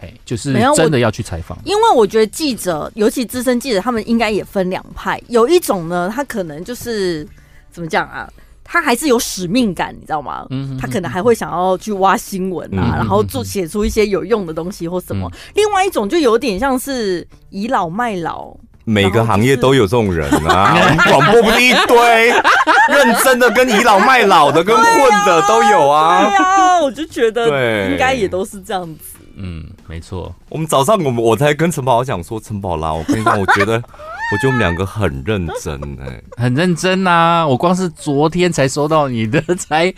C: 嘿，就是
B: 没有我
C: 真的要去采访，
B: 因为我觉得记者，尤其资深记者，他们应该也分两派。有一种呢，他可能就是怎么讲啊，他还是有使命感，你知道吗？
C: 嗯
B: 他可能还会想要去挖新闻
A: 嗯
B: 啊，然后做写出一些有用的东西或什
C: 嗯
B: 么。另外一种就有点像是倚老卖老，
A: 每个嗯行业都有这种人啊， 我们广播不是一堆，认真的跟倚老卖老的，跟混的都有
B: 对
A: 啊。
B: 啊，我就觉得
A: 对
B: 应该也都是这样子。
C: 嗯，没错，
A: 我们早上我们我才跟陈宝讲说，陈宝啦，我跟你讲，我觉得 我觉得我们两个很认真 哎，
C: 很认真呐、我光是昨天才收到你的采，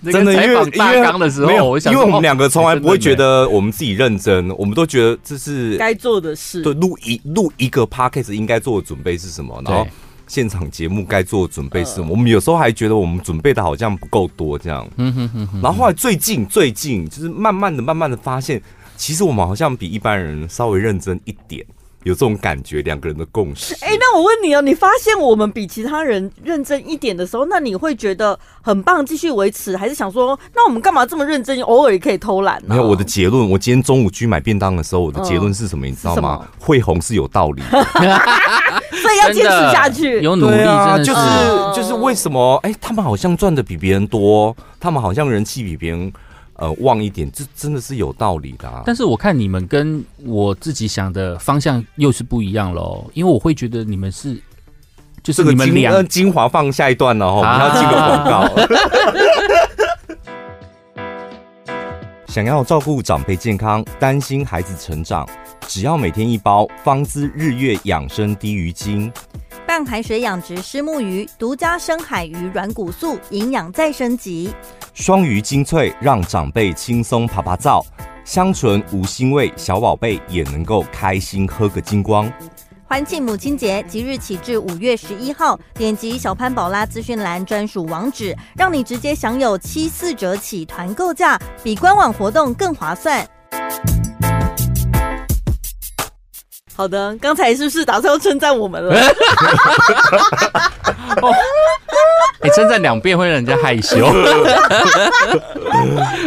C: 那个
A: 真的，因
C: 采
A: 为
C: 访
A: 因
C: 大
A: 为
C: 纲的时
A: 没
C: 候，
A: 有
C: 我想
A: 因
C: 说，
A: 为我们
C: 哦
A: 两个从来不会觉
C: 真的
A: 得我们自己认真，我们都觉得这是
B: 该做的事。
A: 对，录一录一个 podcast 应该做的准备是什么，然后
C: 对呃
A: 现场节目该做的准备是什么。我们有时候还觉得我们准备的好像不够多这样，
C: 嗯哼哼哼，
A: 然后后来最近最近就是慢慢的慢慢的发现，其实我们好像比一般人稍微认真一点，有这种感觉，两个人的共识。
B: 哎、那我问你哦，你发现我们比其他人认真一点的时候，那你会觉得很棒，继续维持，还是想说，那我们干嘛这么认真？偶尔也可以偷懒、啊。
A: 没有，我的结论，我今天中午去买便当的时候，我的结论是什么，你知道
B: 嗯是
A: 吗
B: 什？
A: 会红是有道理的，
B: 所以要坚持下去。
C: 有努力，真
A: 啊，
C: 的
A: 就是
B: 嗯
A: 就是为什么？哎、他们好像赚的比别人多，他们好像人气比别人呃旺一点，这真的是有道理的、啊。
C: 但是我看你们跟我自己想的方向又是不一样喽，因为我会觉得你们是，就是
A: 这个
C: 你们
A: 精
C: 两啊
A: 呃精华放下一段了哈，我们要进个广告。 想要照顾长辈健康，担心孩子成长，只要每天一包方知日月养生低鱼精，
B: 淡海水养殖虱目鱼独家深海鱼软骨素，营养再升级。
A: 双鱼精粹让长辈轻松爬爬照，香醇无腥味，小宝贝也能够开心喝个精光。
B: 欢庆母亲节即日起至五月十一号，点击小潘宝拉资讯栏专属网址，让你直接享有七四折起团购价，比官网活动更划算。好的，刚才是不是打算要称赞我们了？
C: 哎，称赞两遍会让人家害 羞。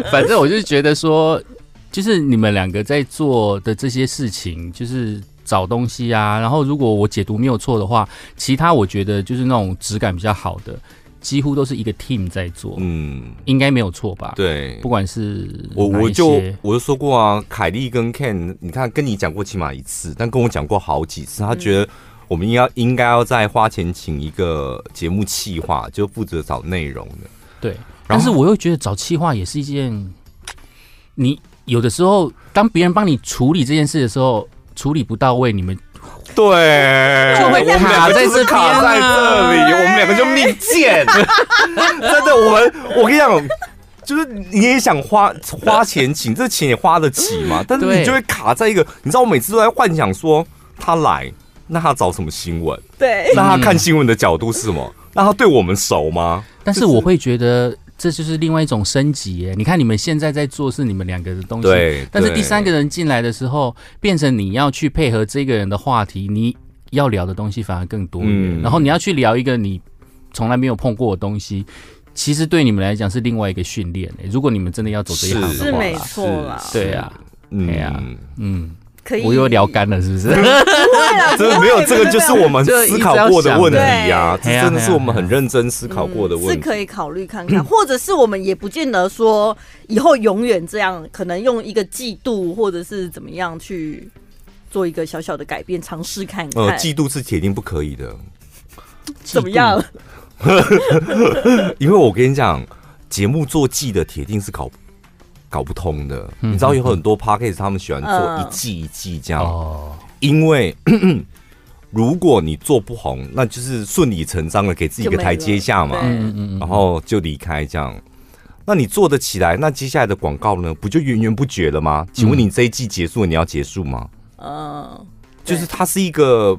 C: 反正我就觉得说，就是你们两个在做的这些事情，就是找东西啊。然后如果我解读没有错的话，其他我觉得就是那种质感比较好的，几乎都是一个 team 在做，
A: 嗯，
C: 应该没有错吧？，
A: 对
C: 不管是
A: 我
C: 哪
A: 我
C: 一
A: 就
C: 些
A: 我就说过啊，凯莉跟 Ken，你看跟你讲过起码一次，但跟我讲过好几次，他觉得我们应该应该要再花钱请一个节目企划，就负责找内容的。
C: 对。
A: 然
C: 但
A: 后
C: 是我又觉得找气话也是一件，你有的时候当别人帮你处理这件事的时候，处理不到位，你们
A: 对，
C: 就
A: 我
C: 会
A: 们两
C: 卡
A: 个
C: 在
A: 就
C: 这
A: 是
C: 边
A: 卡在
C: 啊
A: 这里，我们两个就密见。真的，我们我跟你讲，就是你也想花花钱请，这钱也花得起嘛，但是
C: 对
A: 你就会卡在一个，你知道我每次都在幻想说他来，那他找什么新闻？
B: 对，
A: 那他看新闻的角度是什么？那他对我们熟吗？
C: 但是我会觉得这就是另外一种升级耶。你看你们现在在做是你们两个的东西，
A: 对，
C: 但是
A: 对
C: 第三个人进来的时候，变成你要去配合这个人的话题，你要聊的东西反而更多元，
A: 嗯
C: 然后你要去聊一个你从来没有碰过的东西。其实对你们来讲是另外一个训练、如果你们真的要走这一行的话
B: 是没
C: 啦
B: 错啦
A: 是
C: 对啊，哎呀
A: 嗯，
C: 嗯，
B: 可以。
C: 我又聊干了，是不是？
A: 真的没有，这个就是我们
C: 这一直
A: 思考过的问题呀、这
C: 对
A: 真的是我们很认真思考过的
B: 嗯是
A: 问题。
B: 可以考虑看看， 或者是我们也不见得说以后永远这样，可能用一个季度或者是怎么样去做一个小小的改变，尝试看看、哦
A: 呃，嫉妒是铁定不可以的，
B: 怎么样？
A: 因为我跟你讲，节目做季的铁定是搞搞不通的。
C: 嗯
A: 你知道有很多 p a c k a g e 他们喜欢做
B: 嗯
A: 一季一季这样，
C: 哦，
A: 因为 如果你做不红，那就是顺理成章的给自己一个
B: 就没了
A: 台阶下嘛，
B: 对
C: 嗯嗯
A: 然后就离开这样。那你做得起来，那接下来的广告呢，不就源源不绝了吗？请
C: 嗯
A: 问你这一季结束了，你要结束吗？
B: 嗯，对
A: 就是它是一个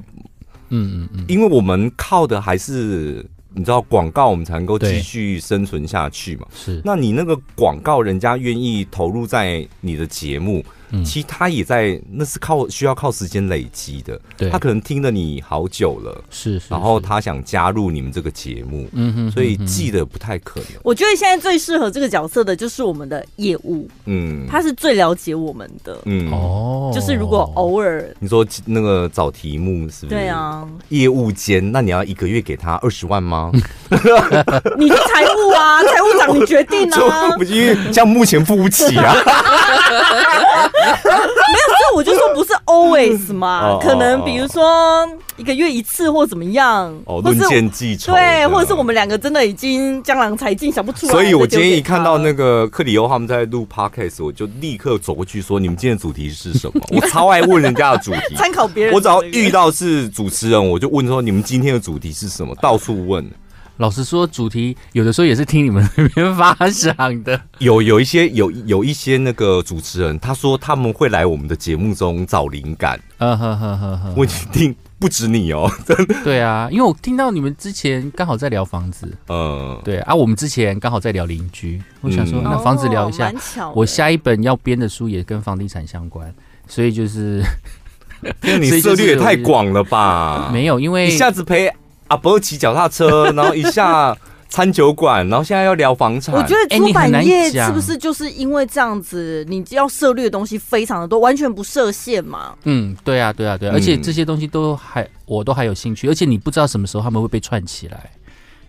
C: 嗯嗯嗯，
A: 因为我们靠的还是你知道广告，我们才能够
C: 对
A: 继续生存下去嘛。
C: 是
A: 那你那个广告，人家愿意投入在你的节目，
C: 嗯
A: 其实他也在，那是靠需要靠时间累积的。
C: 对
A: 他，可能听了你好久了，
C: 是是，
A: 然后
C: 是
A: 他想加入你们这个节目，
C: 嗯哼，
A: 所以
C: 嗯哼
A: 记得不太可能。
B: 我觉得现在最适合这个角色的就是我们的业务，
A: 嗯，
B: 他是最了解我们的。
A: 嗯，
C: 哦，
B: 就是如果偶尔，
A: 你说那个找题目是不是？
B: 对，啊，
A: 业务间，那你要一个月给他二十万 吗？
B: 你是财务 啊，财务长你决定啊，
A: 就因为像目前付不起啊。
B: 所以我就说不是 always 嘛
A: 哦，
B: 可能比如说一个月一次或怎么样，
A: 哦，
B: 或
A: 论
B: 是
A: 剑记仇，
B: 对，或者是我。们两个真的已经江郎才尽，想不出来。
A: 所以我今天
B: 再
A: 一
B: 丢给他
A: 看到那个克里欧他们在录 podcast，我就立刻走过去说：“你们今天的主题是什么？” 我超爱问人家的主 题。
B: 参考别人
A: 我
B: 的
A: 只
B: 那个，
A: 要遇到是主持人，我就问说：“你们今天的主题是什么？”到处问。
C: 老实说，主题有的时候也是听你们那边发想 的。
A: 有有一些有有一些那个主持人，他说他们会来我们的节目中找灵感。
C: 呃呵呵呵呵，
B: 哦
A: 我一定不止你哦，
C: 对啊，因为我听到你们之前刚好在聊房子，
A: 呃，
C: 对啊，我们之前刚好在聊邻居，我想说、
A: 嗯
C: 那房子聊一下
B: 哦，蛮巧的
C: 我下一本要编的书也跟房地产相关，所以就是、
A: 因为你
C: 所以就
A: 涉
C: 是
A: 猎也
C: 有
A: 太广了 吧？
C: 没有，因为
A: 啊一下子陪阿伯骑脚踏车，然后一下餐酒馆，然后现在要聊房产。
B: 我觉得
C: 哎
B: 出
C: 你很
B: 版
C: 难
B: 业
C: 讲
B: 是不是就是因为这样子，你要涉猎的东西非常的多，完全不设限嘛？
C: 嗯，对啊，对啊，对啊，
A: 嗯
C: 而且这些东西都还我都还有兴趣，而且你不知道什么时候他们会被串起来，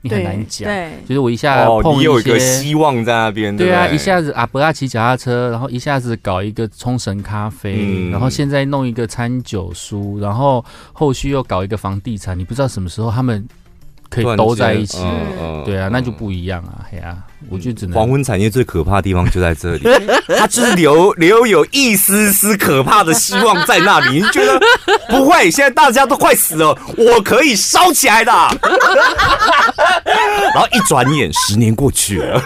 C: 你很难讲。
B: 对，
C: 就是我一下
A: 哦，
C: 碰
A: 你
C: 一
A: 有一个
C: 些。
A: 希望在那边，
C: 对
A: 不
C: 啊，
A: 对
C: 一下子阿伯阿骑脚踏车，然后一下子搞一个冲绳咖啡，
A: 嗯
C: 然后现在弄一个餐酒书，然后后续又搞一个房地产，你不知道什么时候他们可以
A: 突然
C: 都
A: 间
C: 在一起。
A: 嗯嗯
C: 对啊，
A: 嗯
C: 那就不一样啊，嘿啊，我就只能
A: 黄昏产业最可怕的地方就在 这里，它就是留留有一丝丝可怕的希望在那里。你就觉得不会？现在大家都快死了，我可以烧起 来的。然后一转眼，十年过去了，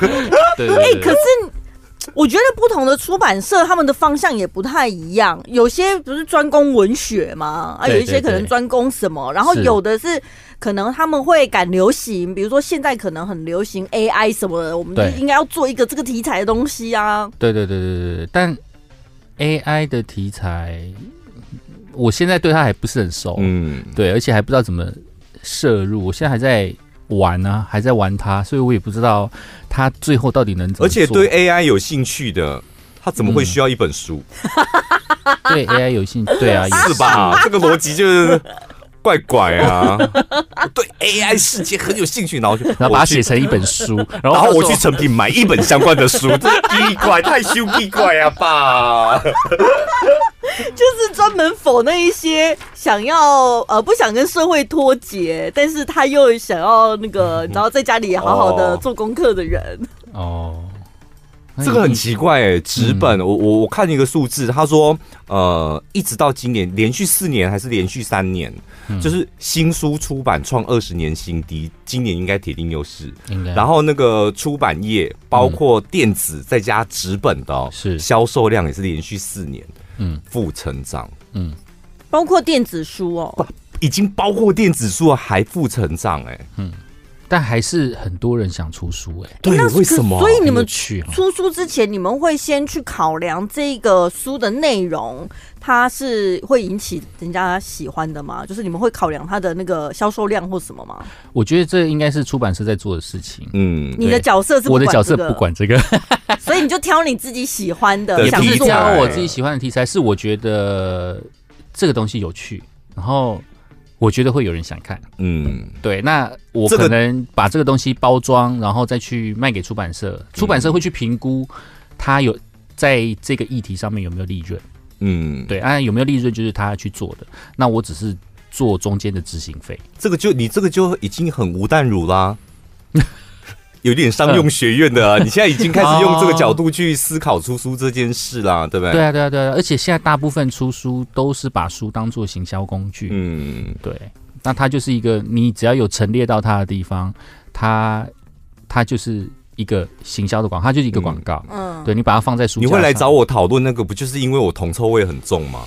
C: 对对对
B: 可是我觉得不同的出版社他们的方向也不太一样，有些不是专攻文学嘛，啊，
C: 对
B: 有一些
C: 对
B: 可能
C: 对
B: 专攻什么，然后
C: 是
B: 有的是可能他们会赶流行，比如说现在可能很流行 AI 什么的，我们就
C: 对
B: 应该要做一个这个题材的东西啊。
C: 对对对对对对，但 AI 的题材，我现在对它还不是很熟，
A: 嗯，
C: 对，而且还不知道怎么摄入，我现在还在玩呢、还在玩它，所以我也不知道它最后到底能怎
A: 而
C: 么做。嗯
A: 且对 AI 有兴趣的，他怎么会需要一本书？
C: 对 AI 有兴趣，对 啊，也
A: 是吧？这个逻辑就是怪怪啊！我 对 AI 世界很有兴趣，然后就
C: 然后把它
A: 我去
C: 写成一本书，然后
A: 然后我
C: 到时
A: 去
C: 候
A: 成品买 哎一本相关的书，这奇怪，太羞奇怪啊吧！
B: 就是专门否那一些想要呃不想跟社会脱节，但是他又想要那
C: 嗯
B: 个，然后在家里好好的
A: 哦
B: 做功课的人。
C: 哦，
A: 这个很奇怪哎、纸本，我我我看一个数字，他说，呃，一直到今年连续四年还是连续三年，就是新书出版创二十年新低，今年应该铁定又是。
C: 应该，
A: 然后那个出版业，包括电子再加纸本的、哦，
C: 是
A: 销售量也是连续四年
C: 嗯
A: 负成长，
C: 嗯，
B: 包括电子书哦，
A: 已经包括电子书了还负成长哎、
C: 但还是很多人想出书哎、
A: 对
B: 那，
A: 为什么？
B: 所以你
C: 很有
B: 们
C: 趣哦，
B: 出书之前，你们会先去考量这个书的内容，它是会引起人家喜欢的吗？就是你们会考量它的那个销售量或什么吗？
C: 我觉得这应该是出版社在做的事情。
A: 嗯，
B: 你的角色是不
C: 我的
B: 管
C: 角
B: 这
C: 色
B: 个
C: 不，管这个，
B: 所以你就挑你自己喜欢的，
A: 对
C: 也
B: 想
C: 不是
A: 题
B: 做
A: 材
C: 挑
B: 的
C: 我自己喜欢的题材，是我觉得这个东西有趣，然后我觉得会有人想看。
A: 嗯，
C: 对，那我
A: 这个
C: 可能把这个东西包装，然后再去卖给出版社，出版社会去评估它有在这个议题上面有没有利润。
A: 嗯，
C: 对，啊，有没有利润就是他去做的，那我只是做中间的执行费。
A: 这个就你这个就已经很吴淡如啦，有点商用学院的啊，你现在已经开始用这个角度去思考出书这件事啦，对不对？
C: 对啊，对啊，对啊，而且现在大部分出书都是把书当做行销工具。
A: 嗯，
C: 对，那它就是一个你只要有陈列到它的地方，它它就是一个行销的广，它就是一个广告。
B: 嗯，
C: 对你把它放在书，
A: 你会来找？我讨论那个，不就是因为我铜臭味很重吗？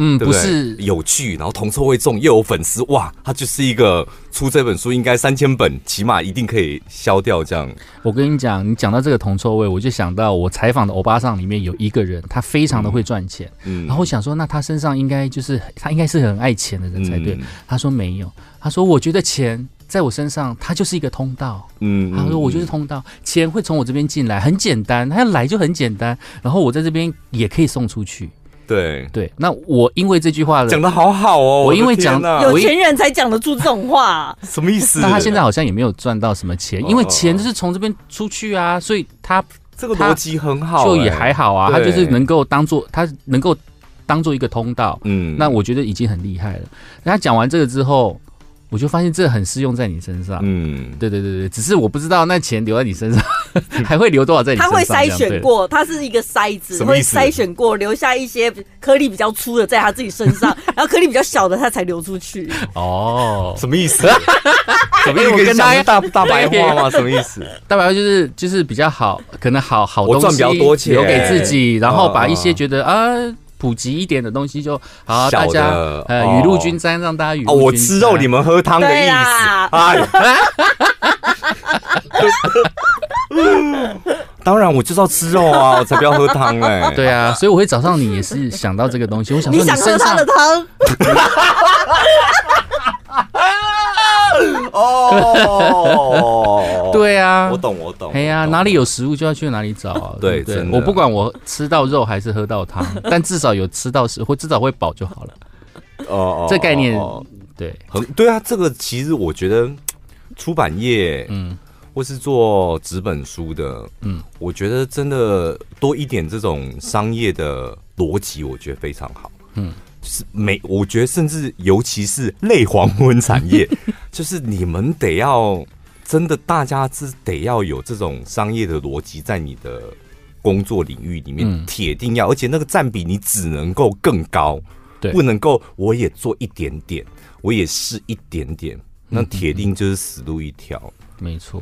C: 嗯，
A: 对
C: 不
A: 不对
C: 是，
A: 有趣，然后铜臭味重，又有粉丝，哇，他就是一个出这本书应该三千本，起码一定可以消掉这样。
C: 我跟你讲，你讲到这个铜臭味，我就想到我采访的欧巴桑里面有一个人，他非常的会赚钱，
A: 嗯，
C: 然后我想说，那他身上应该就是他应该是很爱钱的人才对。
A: 嗯
C: 他说没有，他说我觉得钱在我身上，它就是一个通道。
A: 嗯
C: 他说我就是通道，钱会从我这边进来，很简单，它来就很简单，然后我在这边也可以送出去。
A: 对，
C: 对，那我因为这句话了，
A: 讲的好好哦，
C: 我
A: 的
C: 因为讲
A: 天哪
B: 有
C: 我一
B: 钱人才讲得出这种话。
A: 什么意思？
C: 那他现在好像也没有赚到什么
A: 哦
C: 钱，因为钱就是从这边出去啊，所以他
A: 这个逻辑很好、
C: 就
A: 哎
C: 也还好啊，他
A: 对
C: 就是能够当做他能够当做一个通道，
A: 嗯
C: 那我觉得已经很厉害了。那他讲完这个之后，我就发现这很适用在你身上。
A: 嗯。
C: 对对对对，只是我不知道那钱留在你身上 还会留多少在你身
B: 他
C: 上。
B: 会筛
C: 这
B: 选
C: 样对
B: 过，他是一个筛子，
A: 什么
B: 会
A: 意思
B: 筛选过，留下一些颗粒比较粗的在他自己身 上，然后颗粒比较小的他才流出去。
C: 哦。
A: 什么意 思？什么意思？
C: 我跟
A: 想
C: 大家
A: 说大大白话 吗？什么意思？
C: 大白话就是就是比较好，可能好好
A: 我
C: 东
A: 赚
C: 西
A: 比较多钱
C: 留给自己，然后
A: 嗯
C: 把一
A: 嗯
C: 些觉得啊普及一点的东西就好，
A: 小
C: 大
A: 的
C: 家呃雨露
A: 哦
C: 均沾，让大家雨
A: 哦，
C: 露
A: 我
C: 均
A: 吃
C: 沾
A: 肉，你们喝汤的
B: 对
A: 意思。
B: 啦，
A: 哎， 当然我就是要吃肉 啊，我才不要喝汤哎。
C: 对啊，所以我会找上你也是想到这个东西，我想
B: 你
C: 说
B: 想喝
C: 身
B: 他
C: 上
B: 的汤，
A: 哦，
C: 对啊
A: 我，懂，我懂。
C: 哎呀，
A: 我懂
C: 哪里有食物就要去哪里找啊，
A: 对
C: 不对
A: 真的
C: 我不管我吃到肉还是喝到汤，但至少有吃到食，或至少会饱就好了，
A: 哦哦
C: 这概念
A: 哦哦
C: 对，
A: 很对啊。这个其实我觉得出版业，
C: 嗯。
A: 或是做纸本书的，
C: 嗯
A: 嗯，我觉得真的多一点这种商业的逻辑，我觉得非常好。
C: 嗯
A: 嗯，就是每我觉得甚至尤其是类黄昏产业，就是你们得要真的大家是得要有这种商业的逻辑在你的工作领域里
C: 嗯
A: 面，铁、定要，而且那个占比你只能够更高，
C: 对
A: 不能够我也做一点点，我也试一点点，那铁定就是死路一条。
C: 没错，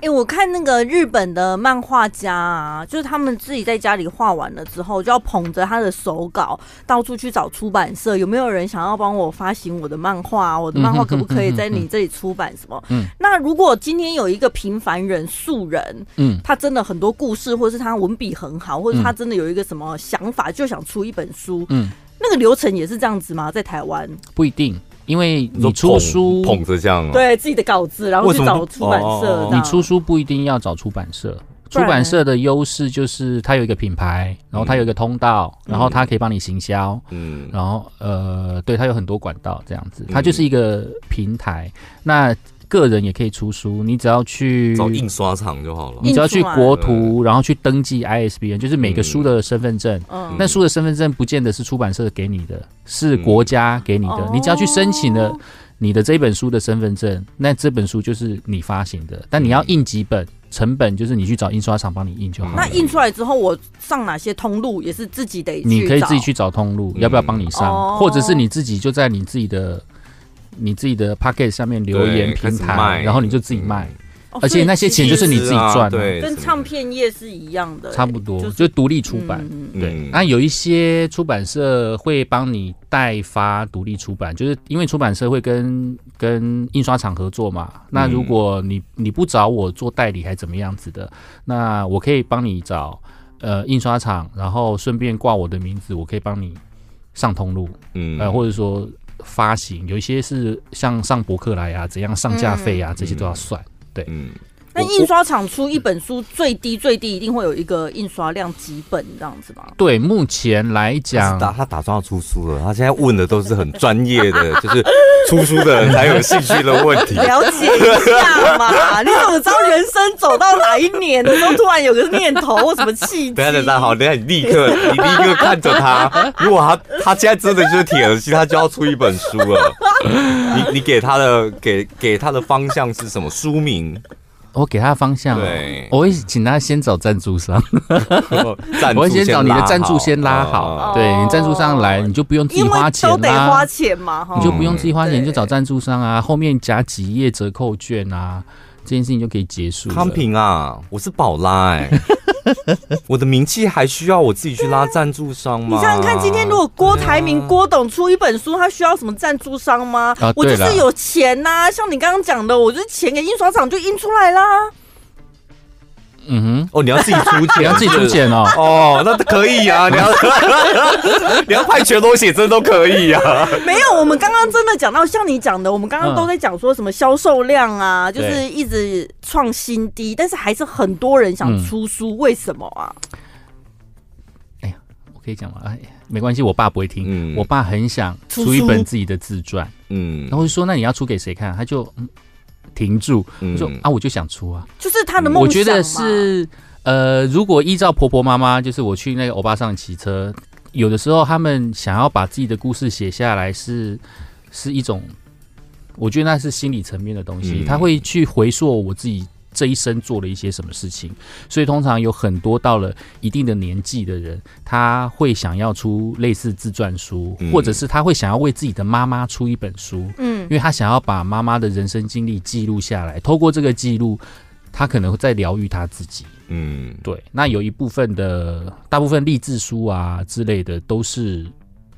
B: 哎、我看那个日本的漫画家啊，就是他们自己在家里画完了之后，就要捧着他的手稿到处去找出版社，有没有人想要帮我发行我的漫画啊？我的漫画可不可以在你这里出版？什么？
C: 嗯
B: 那如果今天有一个平凡人、素人，
C: 嗯，
B: 他真的很多故事，或者是他文笔很好，或者
C: 嗯
B: 他真的有一个什么想法，就想出一本书，
C: 嗯，
B: 那个流程也是这样子吗？在台湾，
C: 不一定，因为你
A: 说
C: 出
A: 捧
C: 书，
A: 捧着这样、哦，，
B: 对自己的稿子，然后
A: 为
B: 去
A: 什么
B: 找出版社
A: 哦哦哦
B: 这样，
C: 你出书不一定要找出版社，
B: 不
C: 出
B: 然
C: 版社的优势就是它有一个品牌，然后它有一个通道，然后它可以帮你行销，
A: 嗯，
C: 然后呃，对，它有很多管道这样子，它就是一个平台。那个人也可以出书，你只要去
A: 找印刷厂就好了。
C: 你只要去
B: 印出来
C: 国图，然后去登记 ISBN，就是
A: 嗯
C: 每个书的身份证。
B: 嗯
C: 那书的身份证不见得是出版社给你的，是国家给你的。
B: 嗯
C: 你只要去申请了
B: 哦
C: 你的这本书的身份证，那这本书就是你发行的。但你要印几本，成本就是你去找印刷厂帮你印就好
B: 那
C: 了。
B: 印出来之后，我上哪些通路也是自己得去
C: 你可以自己
B: 找
C: 去找通路，
A: 嗯
C: 要不要帮你
B: 哦
C: 上，或者是你自己就在你自己的。你自己的 p o c k e t 下面留言
A: 对开
C: 平
A: 始卖
C: 台，然后你就自己卖，
B: 哦
C: 而且
B: 所以
C: 那些钱
B: 其
C: 就是
B: 实
C: 你自己
A: 是啊
C: 赚的
A: 对，
B: 跟唱片业是一样的欸，
C: 差不多
B: 就是
C: 就独立出版。
B: 嗯
A: 嗯
C: 对，那、有一些出版社会帮你代发独立出版，就是因为出版社会跟跟印刷厂合作嘛。那如果
A: 嗯
C: 你你不找我做代理还怎么样子的，那我可以帮你找呃印刷厂，然后顺便挂我的名字，我可以帮你上通路，
A: 嗯
C: 呃，或者说发行，有一些是像上博客来啊，怎样上架费啊，这些都要算。
A: 嗯，
B: 那
A: 我
B: 印刷厂出一本书，最低最低一定会有一个印刷量几本这样子吗？
C: 对，目前来
A: 他
C: 讲
A: 是，打他打算要出书了，他现在问的都是很专业的，就是出书的人才有兴趣的问 题。
B: 了解一下嘛，你怎么知道人生走到哪一年，你都突然有个念头或什么契机？
A: 等一下，等一下，好，等一下，你立刻，你立刻看着他。如果他他现在真的就是铁儿心，他就要出一本书了。你你给他的给给他的方向是什么？书 名？
C: 我给他方向哦、
A: 对
C: 我会请他先找赞助商。
A: 赞助
C: 我会先找你的
A: 拉
C: 赞助
A: 好
C: 先拉好，
B: 哦
C: 对你赞助商来，你就不用自己
B: 因为
C: 花钱啊
B: 都得花
C: 啦，
A: 嗯
B: 钱嘛，哈
C: 你就不用自己花钱，
B: 对
C: 你就找赞助商啊，后面夹几页折扣券啊，这件事情就可以结束了。
A: 康平啊，我是宝拉 哎、我的名气还需要我自己去拉赞助商
B: 你
A: 吗？
B: 想想看，今天如果郭台铭、郭董出一本书，他需要什么赞助商吗？
C: 嗯啊
B: 我就
C: 对啦
B: 是有钱呐、像你刚刚讲的，我就是钱给印刷厂就印出来啦。
C: 嗯哼，
A: 哦，你要自己出钱，
C: 你要自己出
A: 是
C: 钱哦。
A: 不是。哦，那可以 啊，你要 你要派全裸写真都可以啊。
B: 没有，我们刚刚真的讲到像你讲的，我们刚刚
C: 嗯
B: 都在讲说什么销售量啊，就
C: 对
B: 是一直创新低，但是还是很多人想
C: 嗯
B: 出书，为什么啊？
C: 我可以讲吗？哎，没关系，我爸不会听
A: 嗯。
C: 我爸很想
B: 出
C: 出一
B: 书
C: 本自己的自传，
A: 嗯
C: 然后我就说那你要出给谁看？他就嗯停住，他说
A: 嗯
C: 啊，我就想出啊。
B: 就是他的梦想嘛
C: 我觉得是呃，如果依照婆婆妈妈，就是我去那个欧巴上骑车，有的时候他们想要把自己的故事写下来是，是一种，我觉得那是心理层面的东西，
A: 嗯
C: 他会去回溯我自己。这一生做了一些什么事情，所以通常有很多到了一定的年纪的人，他会想要出类似自传书，
A: 嗯
C: 或者是他会想要为自己的妈妈出一本书，
B: 嗯
C: 因。为他想要把妈妈的人生经历记录下来，透过这个记录，他可能会在疗愈他自己。
A: 嗯，
C: 对，那有一部分的大部分励志书啊之类的都是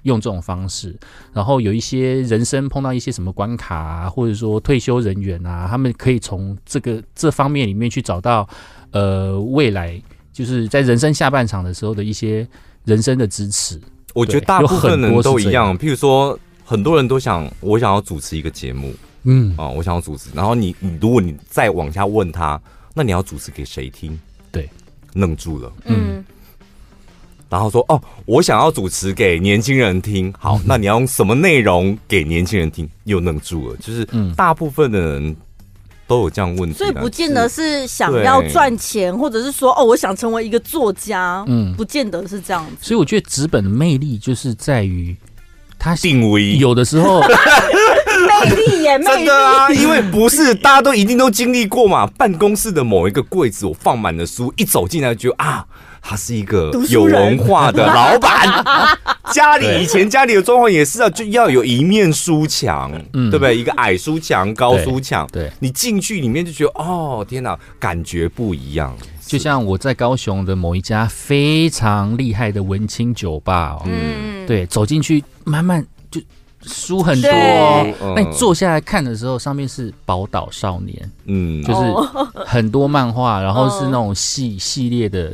C: 用这种方式，然后有一些人生碰到一些什么关卡啊，或者说退休人员啊，他们可以从这个这方面里面去找到呃未来就是在人生下半场的时候的一些人生的支持。
A: 我觉得大
C: 有
A: 部分
C: 很
A: 人
C: 多是
A: 都一
C: 这
A: 样。譬如说，很多人都想我想要主持一个节目
C: 嗯，
A: 啊、我想要主持。然后你你如果你再往下问他，那你要主持给谁听？
C: 对，
A: 愣住了。
B: 嗯，
A: 然后说哦，我想要主持给年轻人听。
C: 嗯
A: 好，那你要用什么内容给年轻人听？又愣住了，就是
C: 嗯
A: 大部分的人都有这样问题啊，
B: 所以不见得是想
A: 对
B: 要赚钱，或者是说哦，我想成为一个作家，
C: 嗯
B: 不见得是这样子。
C: 所以我觉得纸本的魅力就是在于它
A: 就是定位。
C: 有的 时候。
B: 魅力耶，魅
A: 真
B: 力
A: 的啊，因为不是大家都一定都经历过嘛。办公室的某一个柜子，我放满了书，一走进来就觉得啊，他是一个
B: 读
A: 有
B: 书人
A: 文化的老板。 家里以前家里的装潢也是啊，就要有一面书墙，
C: 嗯
A: 对不对？一个矮书墙、高
C: 对
A: 书墙，
C: 对
A: 你进去里面就觉得哦，天哪，感觉不一样。
C: 就像我在高雄的某一家非常厉害的文青酒吧哦，
B: 嗯，
C: 对，走进去慢慢就书很多、
B: 对
C: 哦。
A: 嗯
C: 那你坐下来看的时候，上面是《宝岛少年
A: 嗯》，
C: 就
B: 哦嗯
C: 是很多漫画，然后是那种系系列的，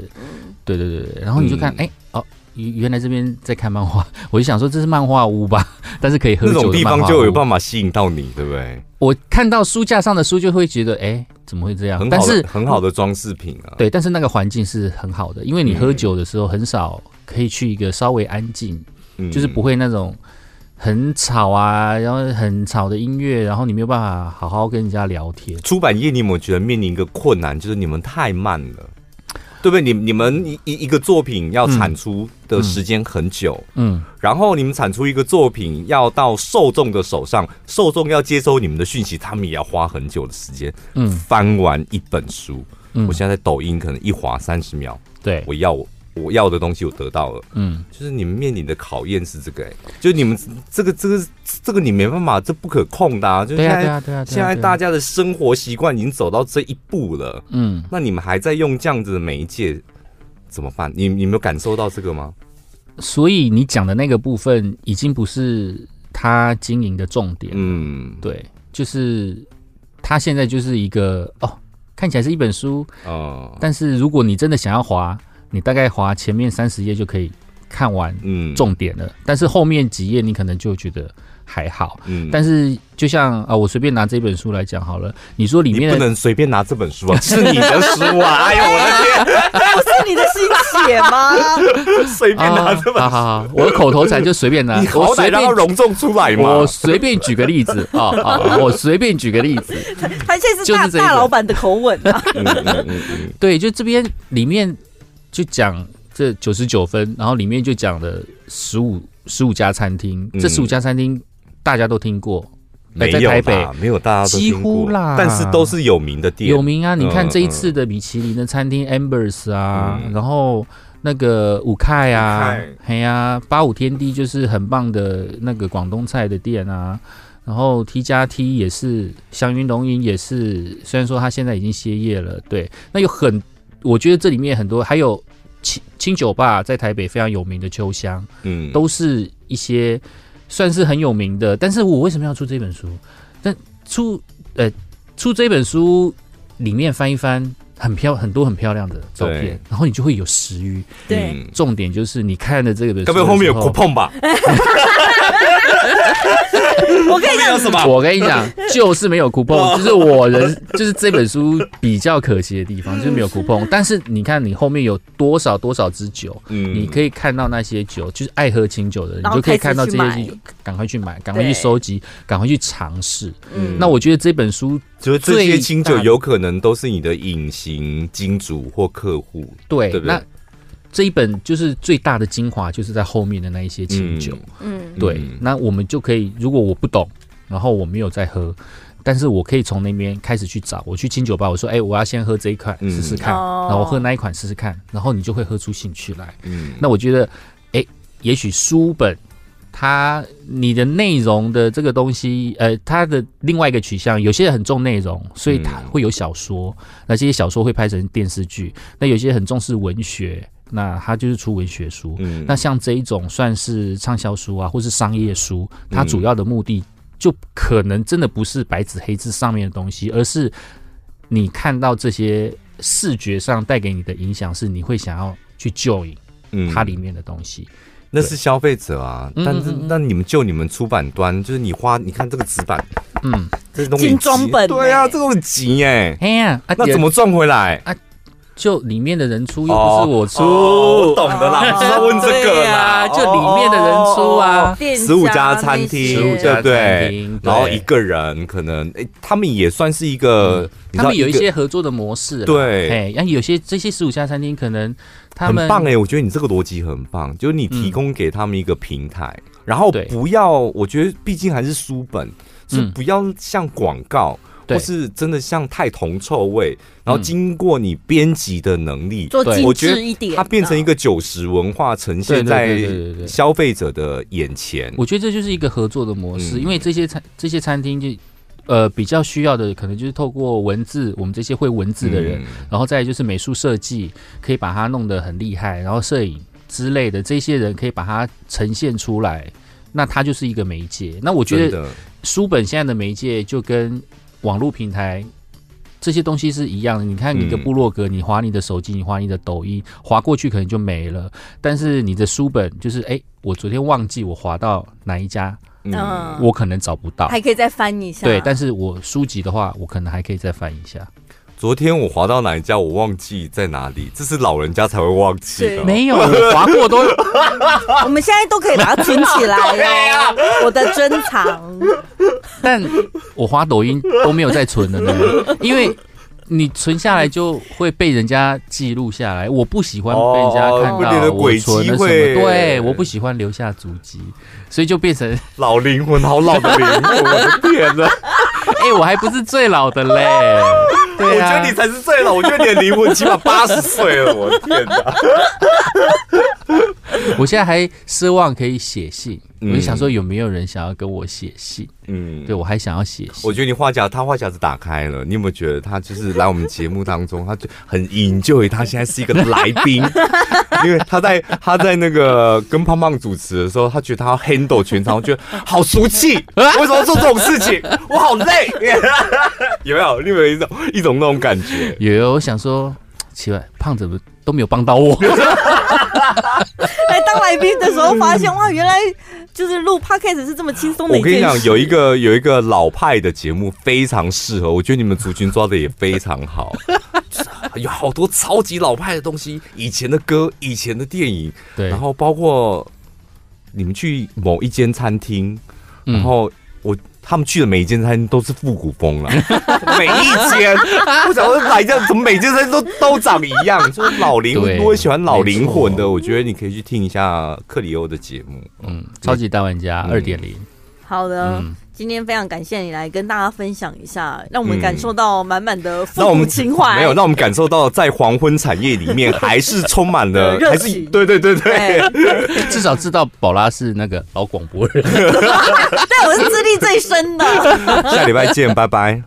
C: 对对对对。然后你就看，
A: 嗯
C: 哎、哦，原原来这边在看漫画，我就想说这是漫画屋吧，但是可以喝
A: 那
C: 酒
A: 种
C: 的
A: 地
C: 漫
A: 方
C: 画哦
A: 就有
C: 屋。
A: 办法吸引到你，对不对？
C: 我看到书架上的书就会觉得，哎、怎么会这样？
A: 很
C: 但
A: 好
C: 是
A: 的，很好的装饰品啊。
C: 对，但是那个环境是很好的，因为你
A: 嗯
C: 喝酒的时候很少可以去一个稍微安静，
A: 嗯，
C: 就是不会那种很吵啊，然后很吵的音乐，然后你没有办法好好跟人家聊天。
A: 出版业，你有没有觉得面临一个困难，就是你们太慢了，对不对？你你们一一一个作品要产出的时间很久，
C: 嗯，
A: 然后你们产出一个作品要到受众的手上，受众要接收你们的讯息，他们也要花很久的时间。
C: 嗯
A: 翻完一本书，
C: 嗯
A: 我现在在抖音可能一滑三十秒，
C: 对，
A: 我要我要的东西我得到了。
C: 嗯，
A: 就是你们面临的考验是这个、欸，就是你们这个这个这个你没办法，这不可控的、啊。就是
C: 对
A: 现
C: 啊，
A: 在、
C: 对啊，对啊，对啊
A: 现在大
C: 对啊
A: 家的生活习惯已经走到这一步了，
C: 嗯，
A: 那你们还在用这样子的媒介怎么办？你你有没有感受到这个吗？
C: 所以你讲的那个部分已经不是他经营的重点，
A: 嗯，
C: 对，就是他现在就是一个哦，看起来是一本书，
A: 哦，
C: 但是如果你真的想要滑，你大概滑前面三十页就可以看完
A: 嗯，
C: 重点了，但是后面几页你可能就觉得还好。
A: 嗯
C: 但是就像啊，我随便拿这本书来讲好了，你说里
A: 你
C: 面
A: 不
C: 的
A: 能随便拿这本书啊， 是你的书啊！哎呦，我的
B: 不是你的心血吗？
A: 天，随便拿这本
C: 啊好
A: 书，
C: 好好，我的口头禅就随便 拿，
A: 你好
C: 我随
A: 歹让它
C: 便
A: 隆重出来嘛
C: 我。随便举个例子啊啊、哦我随便举个例子，
B: 他现在是
C: 就
B: 大
C: 是这一个
B: 大老板的口吻啊，
A: 嗯嗯嗯嗯
C: 对，就这边里面就讲这九十九分，然后里面就讲了十五十五家餐厅，
A: 嗯
C: 这十五家餐厅大家都听过，
A: 没
C: 在
A: 有
C: 台北
A: 啦，没有大家都听
C: 几乎
A: 过
C: 啦
A: 但是都是有名的店，
C: 有名啊！你看
A: 嗯
C: 这一次的米其林的餐厅 Ambers 啊，
A: 嗯
C: 然后那个五凯
A: 五
C: 啊
A: 凯，
C: 嘿呀、八五天地就是很棒的那个广东菜的店啊。然后 T 加 T 也是，祥云龙吟也是，虽然说他现在已经歇业了，对，那有很，我觉得这里面很多，还有清清酒吧在台北非常有名的秋香，
A: 嗯
C: 都是一些算是很有名的。但是我为什么要出这本书？但出呃出这本书里面翻一翻，很漂很多很漂亮的照片
A: 对，
C: 然后你就会有食欲。
B: 对，
A: 嗯
C: 重点就是你看了这个本
A: 该
C: 书的时
A: 不
C: 候，
A: 会后面有国碰吧？
B: 我跟你讲，
A: 什么？
C: 我跟 你讲，就是没有 coupon，就是我人，就是这本书比较可惜的地方，就是没有 coupon。但是你看，你后面有多少多少支酒，
A: 嗯
C: 你可以看到那些酒，就是爱喝清酒的人，
B: 然
C: 你
B: 后
C: 就可以
B: 开始
C: 看到这
B: 去
C: 些
B: 买
C: 酒，赶快去买，赶快去
B: 对
C: 收集，赶快去尝试。
A: 嗯
C: 那我觉得这本书
A: 就是这些清
C: 最
A: 酒
C: 大的
A: 有可能都是你的隐形金主或客户，
C: 对，
A: 对不对
C: 那这一本就是最大的精华，就是在后面的那一些清酒。
B: 嗯，
C: 对
A: 嗯，
C: 那我们就可以，如果我不懂，然后我没有在喝，但是我可以从那边开始去找。我去清酒吧，我说，哎、我要先喝这一款
A: 嗯
C: 试试看，
B: 哦
C: 然后我喝那一款试试看，然后你就会喝出兴趣来。
A: 嗯，
C: 那我觉得，哎、也许书本。它你的内容的这个东西，呃，它的另外一个取向，有些人很重内容，所以它
A: 嗯
C: 会有小说，那这些小说会拍成电视剧。那有些很重视文学，那它就是出文学书。
A: 嗯
C: 那像这一种算是畅销书啊，或是商业书，它主要的目的就可能真的不是白纸黑字上面的东西，而是你看到这些视觉上带给你的影响，是你会想要去 join
A: 嗯
C: 它里面的东西。
A: 那是消费者啊，
C: 嗯
A: 但是
C: 嗯嗯嗯
A: 那你们就你们出版端，就是你花，你看这个纸板，
C: 嗯，
A: 这东西
B: 精装
A: 急
B: 本
A: 对啊，
B: 欸
A: 这个很急哎，
C: 哎呀，啊
A: 那怎么赚回来？
C: 就里面的人出又
A: 哦
C: 不是我出？
A: 哦我懂的 啦，
B: 哦
A: 我知道问这个
C: 对
A: 啦，哦
C: 啊，就里面的人出啊。
B: 店
A: 十五家餐厅，
B: 啊那
A: 对不
B: 些
C: 15家餐
A: 对
C: 厅？对
A: 哦然后一个人可能，哎，他们也算是一个，你知
C: 嗯他
A: 道
C: 们有一
A: 个
C: 些合作的模式啦，
A: 对
C: 哎，然后有些这些十五家餐厅可能他们
A: 很
C: 嗯
A: 棒哎、我觉得你这个逻辑很棒，就是你提供给他们一个平台，然后
C: 对
A: 不要，我觉得毕竟还是书本，是
C: 嗯
A: 不要像广告，
C: 对
A: 或是真的像太铜臭味，然后
C: 嗯
A: 经过你编辑的能力，
B: 做
C: 对
B: 精
A: 我觉得
B: 致一点，
A: 它变成一个啊九十文化呈现
C: 啊对对对对对对
A: 在
C: 对
A: 消费者的眼前。
C: 我觉得这就是一个合作的模式，
A: 嗯
C: 因为这些餐这些餐厅就呃比较需要的，可能就是透过文字，我们这些会文字的人，
A: 嗯
C: 然后再来就是美术设计，可以把它弄得很厉害，然后摄影之类的，这些人可以把它呈现出来，那它就是一个媒介。那我觉
A: 真
C: 得
A: 的，
C: 书本现在的媒介就跟网络平台。这些东西是一样的，你看你的
A: 嗯
C: 部落格，你划你的手机，你划你的抖音，划过去可能就没了。但是你的书本就是，哎、我昨天忘记我划到哪一家，
A: 嗯，
C: 啊我可能找不到。
B: 还可以再翻一下，
C: 对，但是我书籍的话，我可能还可以再翻一下。
A: 昨天我滑到哪一家，我忘记在哪里，这是老人家才会忘记
B: 是
A: 的。
C: 没 有，我划过都
B: 我们现在都可以把它存起来哦，我的珍藏。
C: 但我滑抖音都没有再存了呢，因为你存下来就会被人家记录下来。我不喜欢被人家看
B: 哦不
C: 到、
A: 你的
C: 我
A: 轨迹
C: 存了什么，
A: 会
C: 对，我不喜欢留下足迹，所以就变成，
A: 老灵魂，好老的灵魂，我的天哪！
C: 哎、我还不是最老的嘞。对
A: 我
C: 啊，
A: 觉得你才是最老，我觉得你的灵魂起码八十岁了，我的天哪！
C: 我现在还奢望可以写信，
A: 嗯
C: 我就想说有没有人想要跟我写信？
A: 嗯
C: 对，我还想要写
A: 我
C: 信。
A: 觉得你话匣，他话匣子打开了，你有没有觉得他就是来我们节目当中，他就很 enjoy，他现在是一个来宾，因为他在他在那个跟胖胖主持的时候，他觉得他要 handle 全场，我觉得好俗气，为什么要做这种事情？我好累， 有没有？你有没有一种一种那种感觉？
C: 有有，我想说，奇怪，胖子都没有帮 到我。
B: 来哎当来宾的时候，发现哇，原来就是录 podcast 是这么轻松的
A: 我
B: 一
A: 跟
B: 件
A: 你
B: 事。
A: 讲，有一个有一个老派的节目非常适合，我觉得你们族群抓的也非常好， 就是有好多超级老派的东西，以前的歌，以前的电影，
C: 对，
A: 然后包括你们去某一间餐厅，
C: 嗯
A: 然后我他们去的每一间餐厅都是复古风了， 每一间，我想说哪一家怎么每间餐厅都都长一样？就是老灵魂，
C: 对
A: 如果喜欢老灵魂
C: 没
A: 的，
C: 错
A: 我觉得你可以去听一下克里欧的节目。
C: 嗯，超级大玩家
A: 嗯
C: 二点零，
B: 好的，
C: 嗯
B: 今天非常感谢你来跟大家分享一下，让我们
A: 嗯
B: 感受到满满的复
A: 让我
B: 古
A: 们
B: 情怀。
A: 没有，让我们感受到在黄昏产业里面还是充满了，
B: 热
A: 还
B: 情
A: 是对对对对
B: 对，
C: 至少知道宝拉是那个老广播人。
B: 对我是资历最深的。
A: 下礼拜见，拜拜。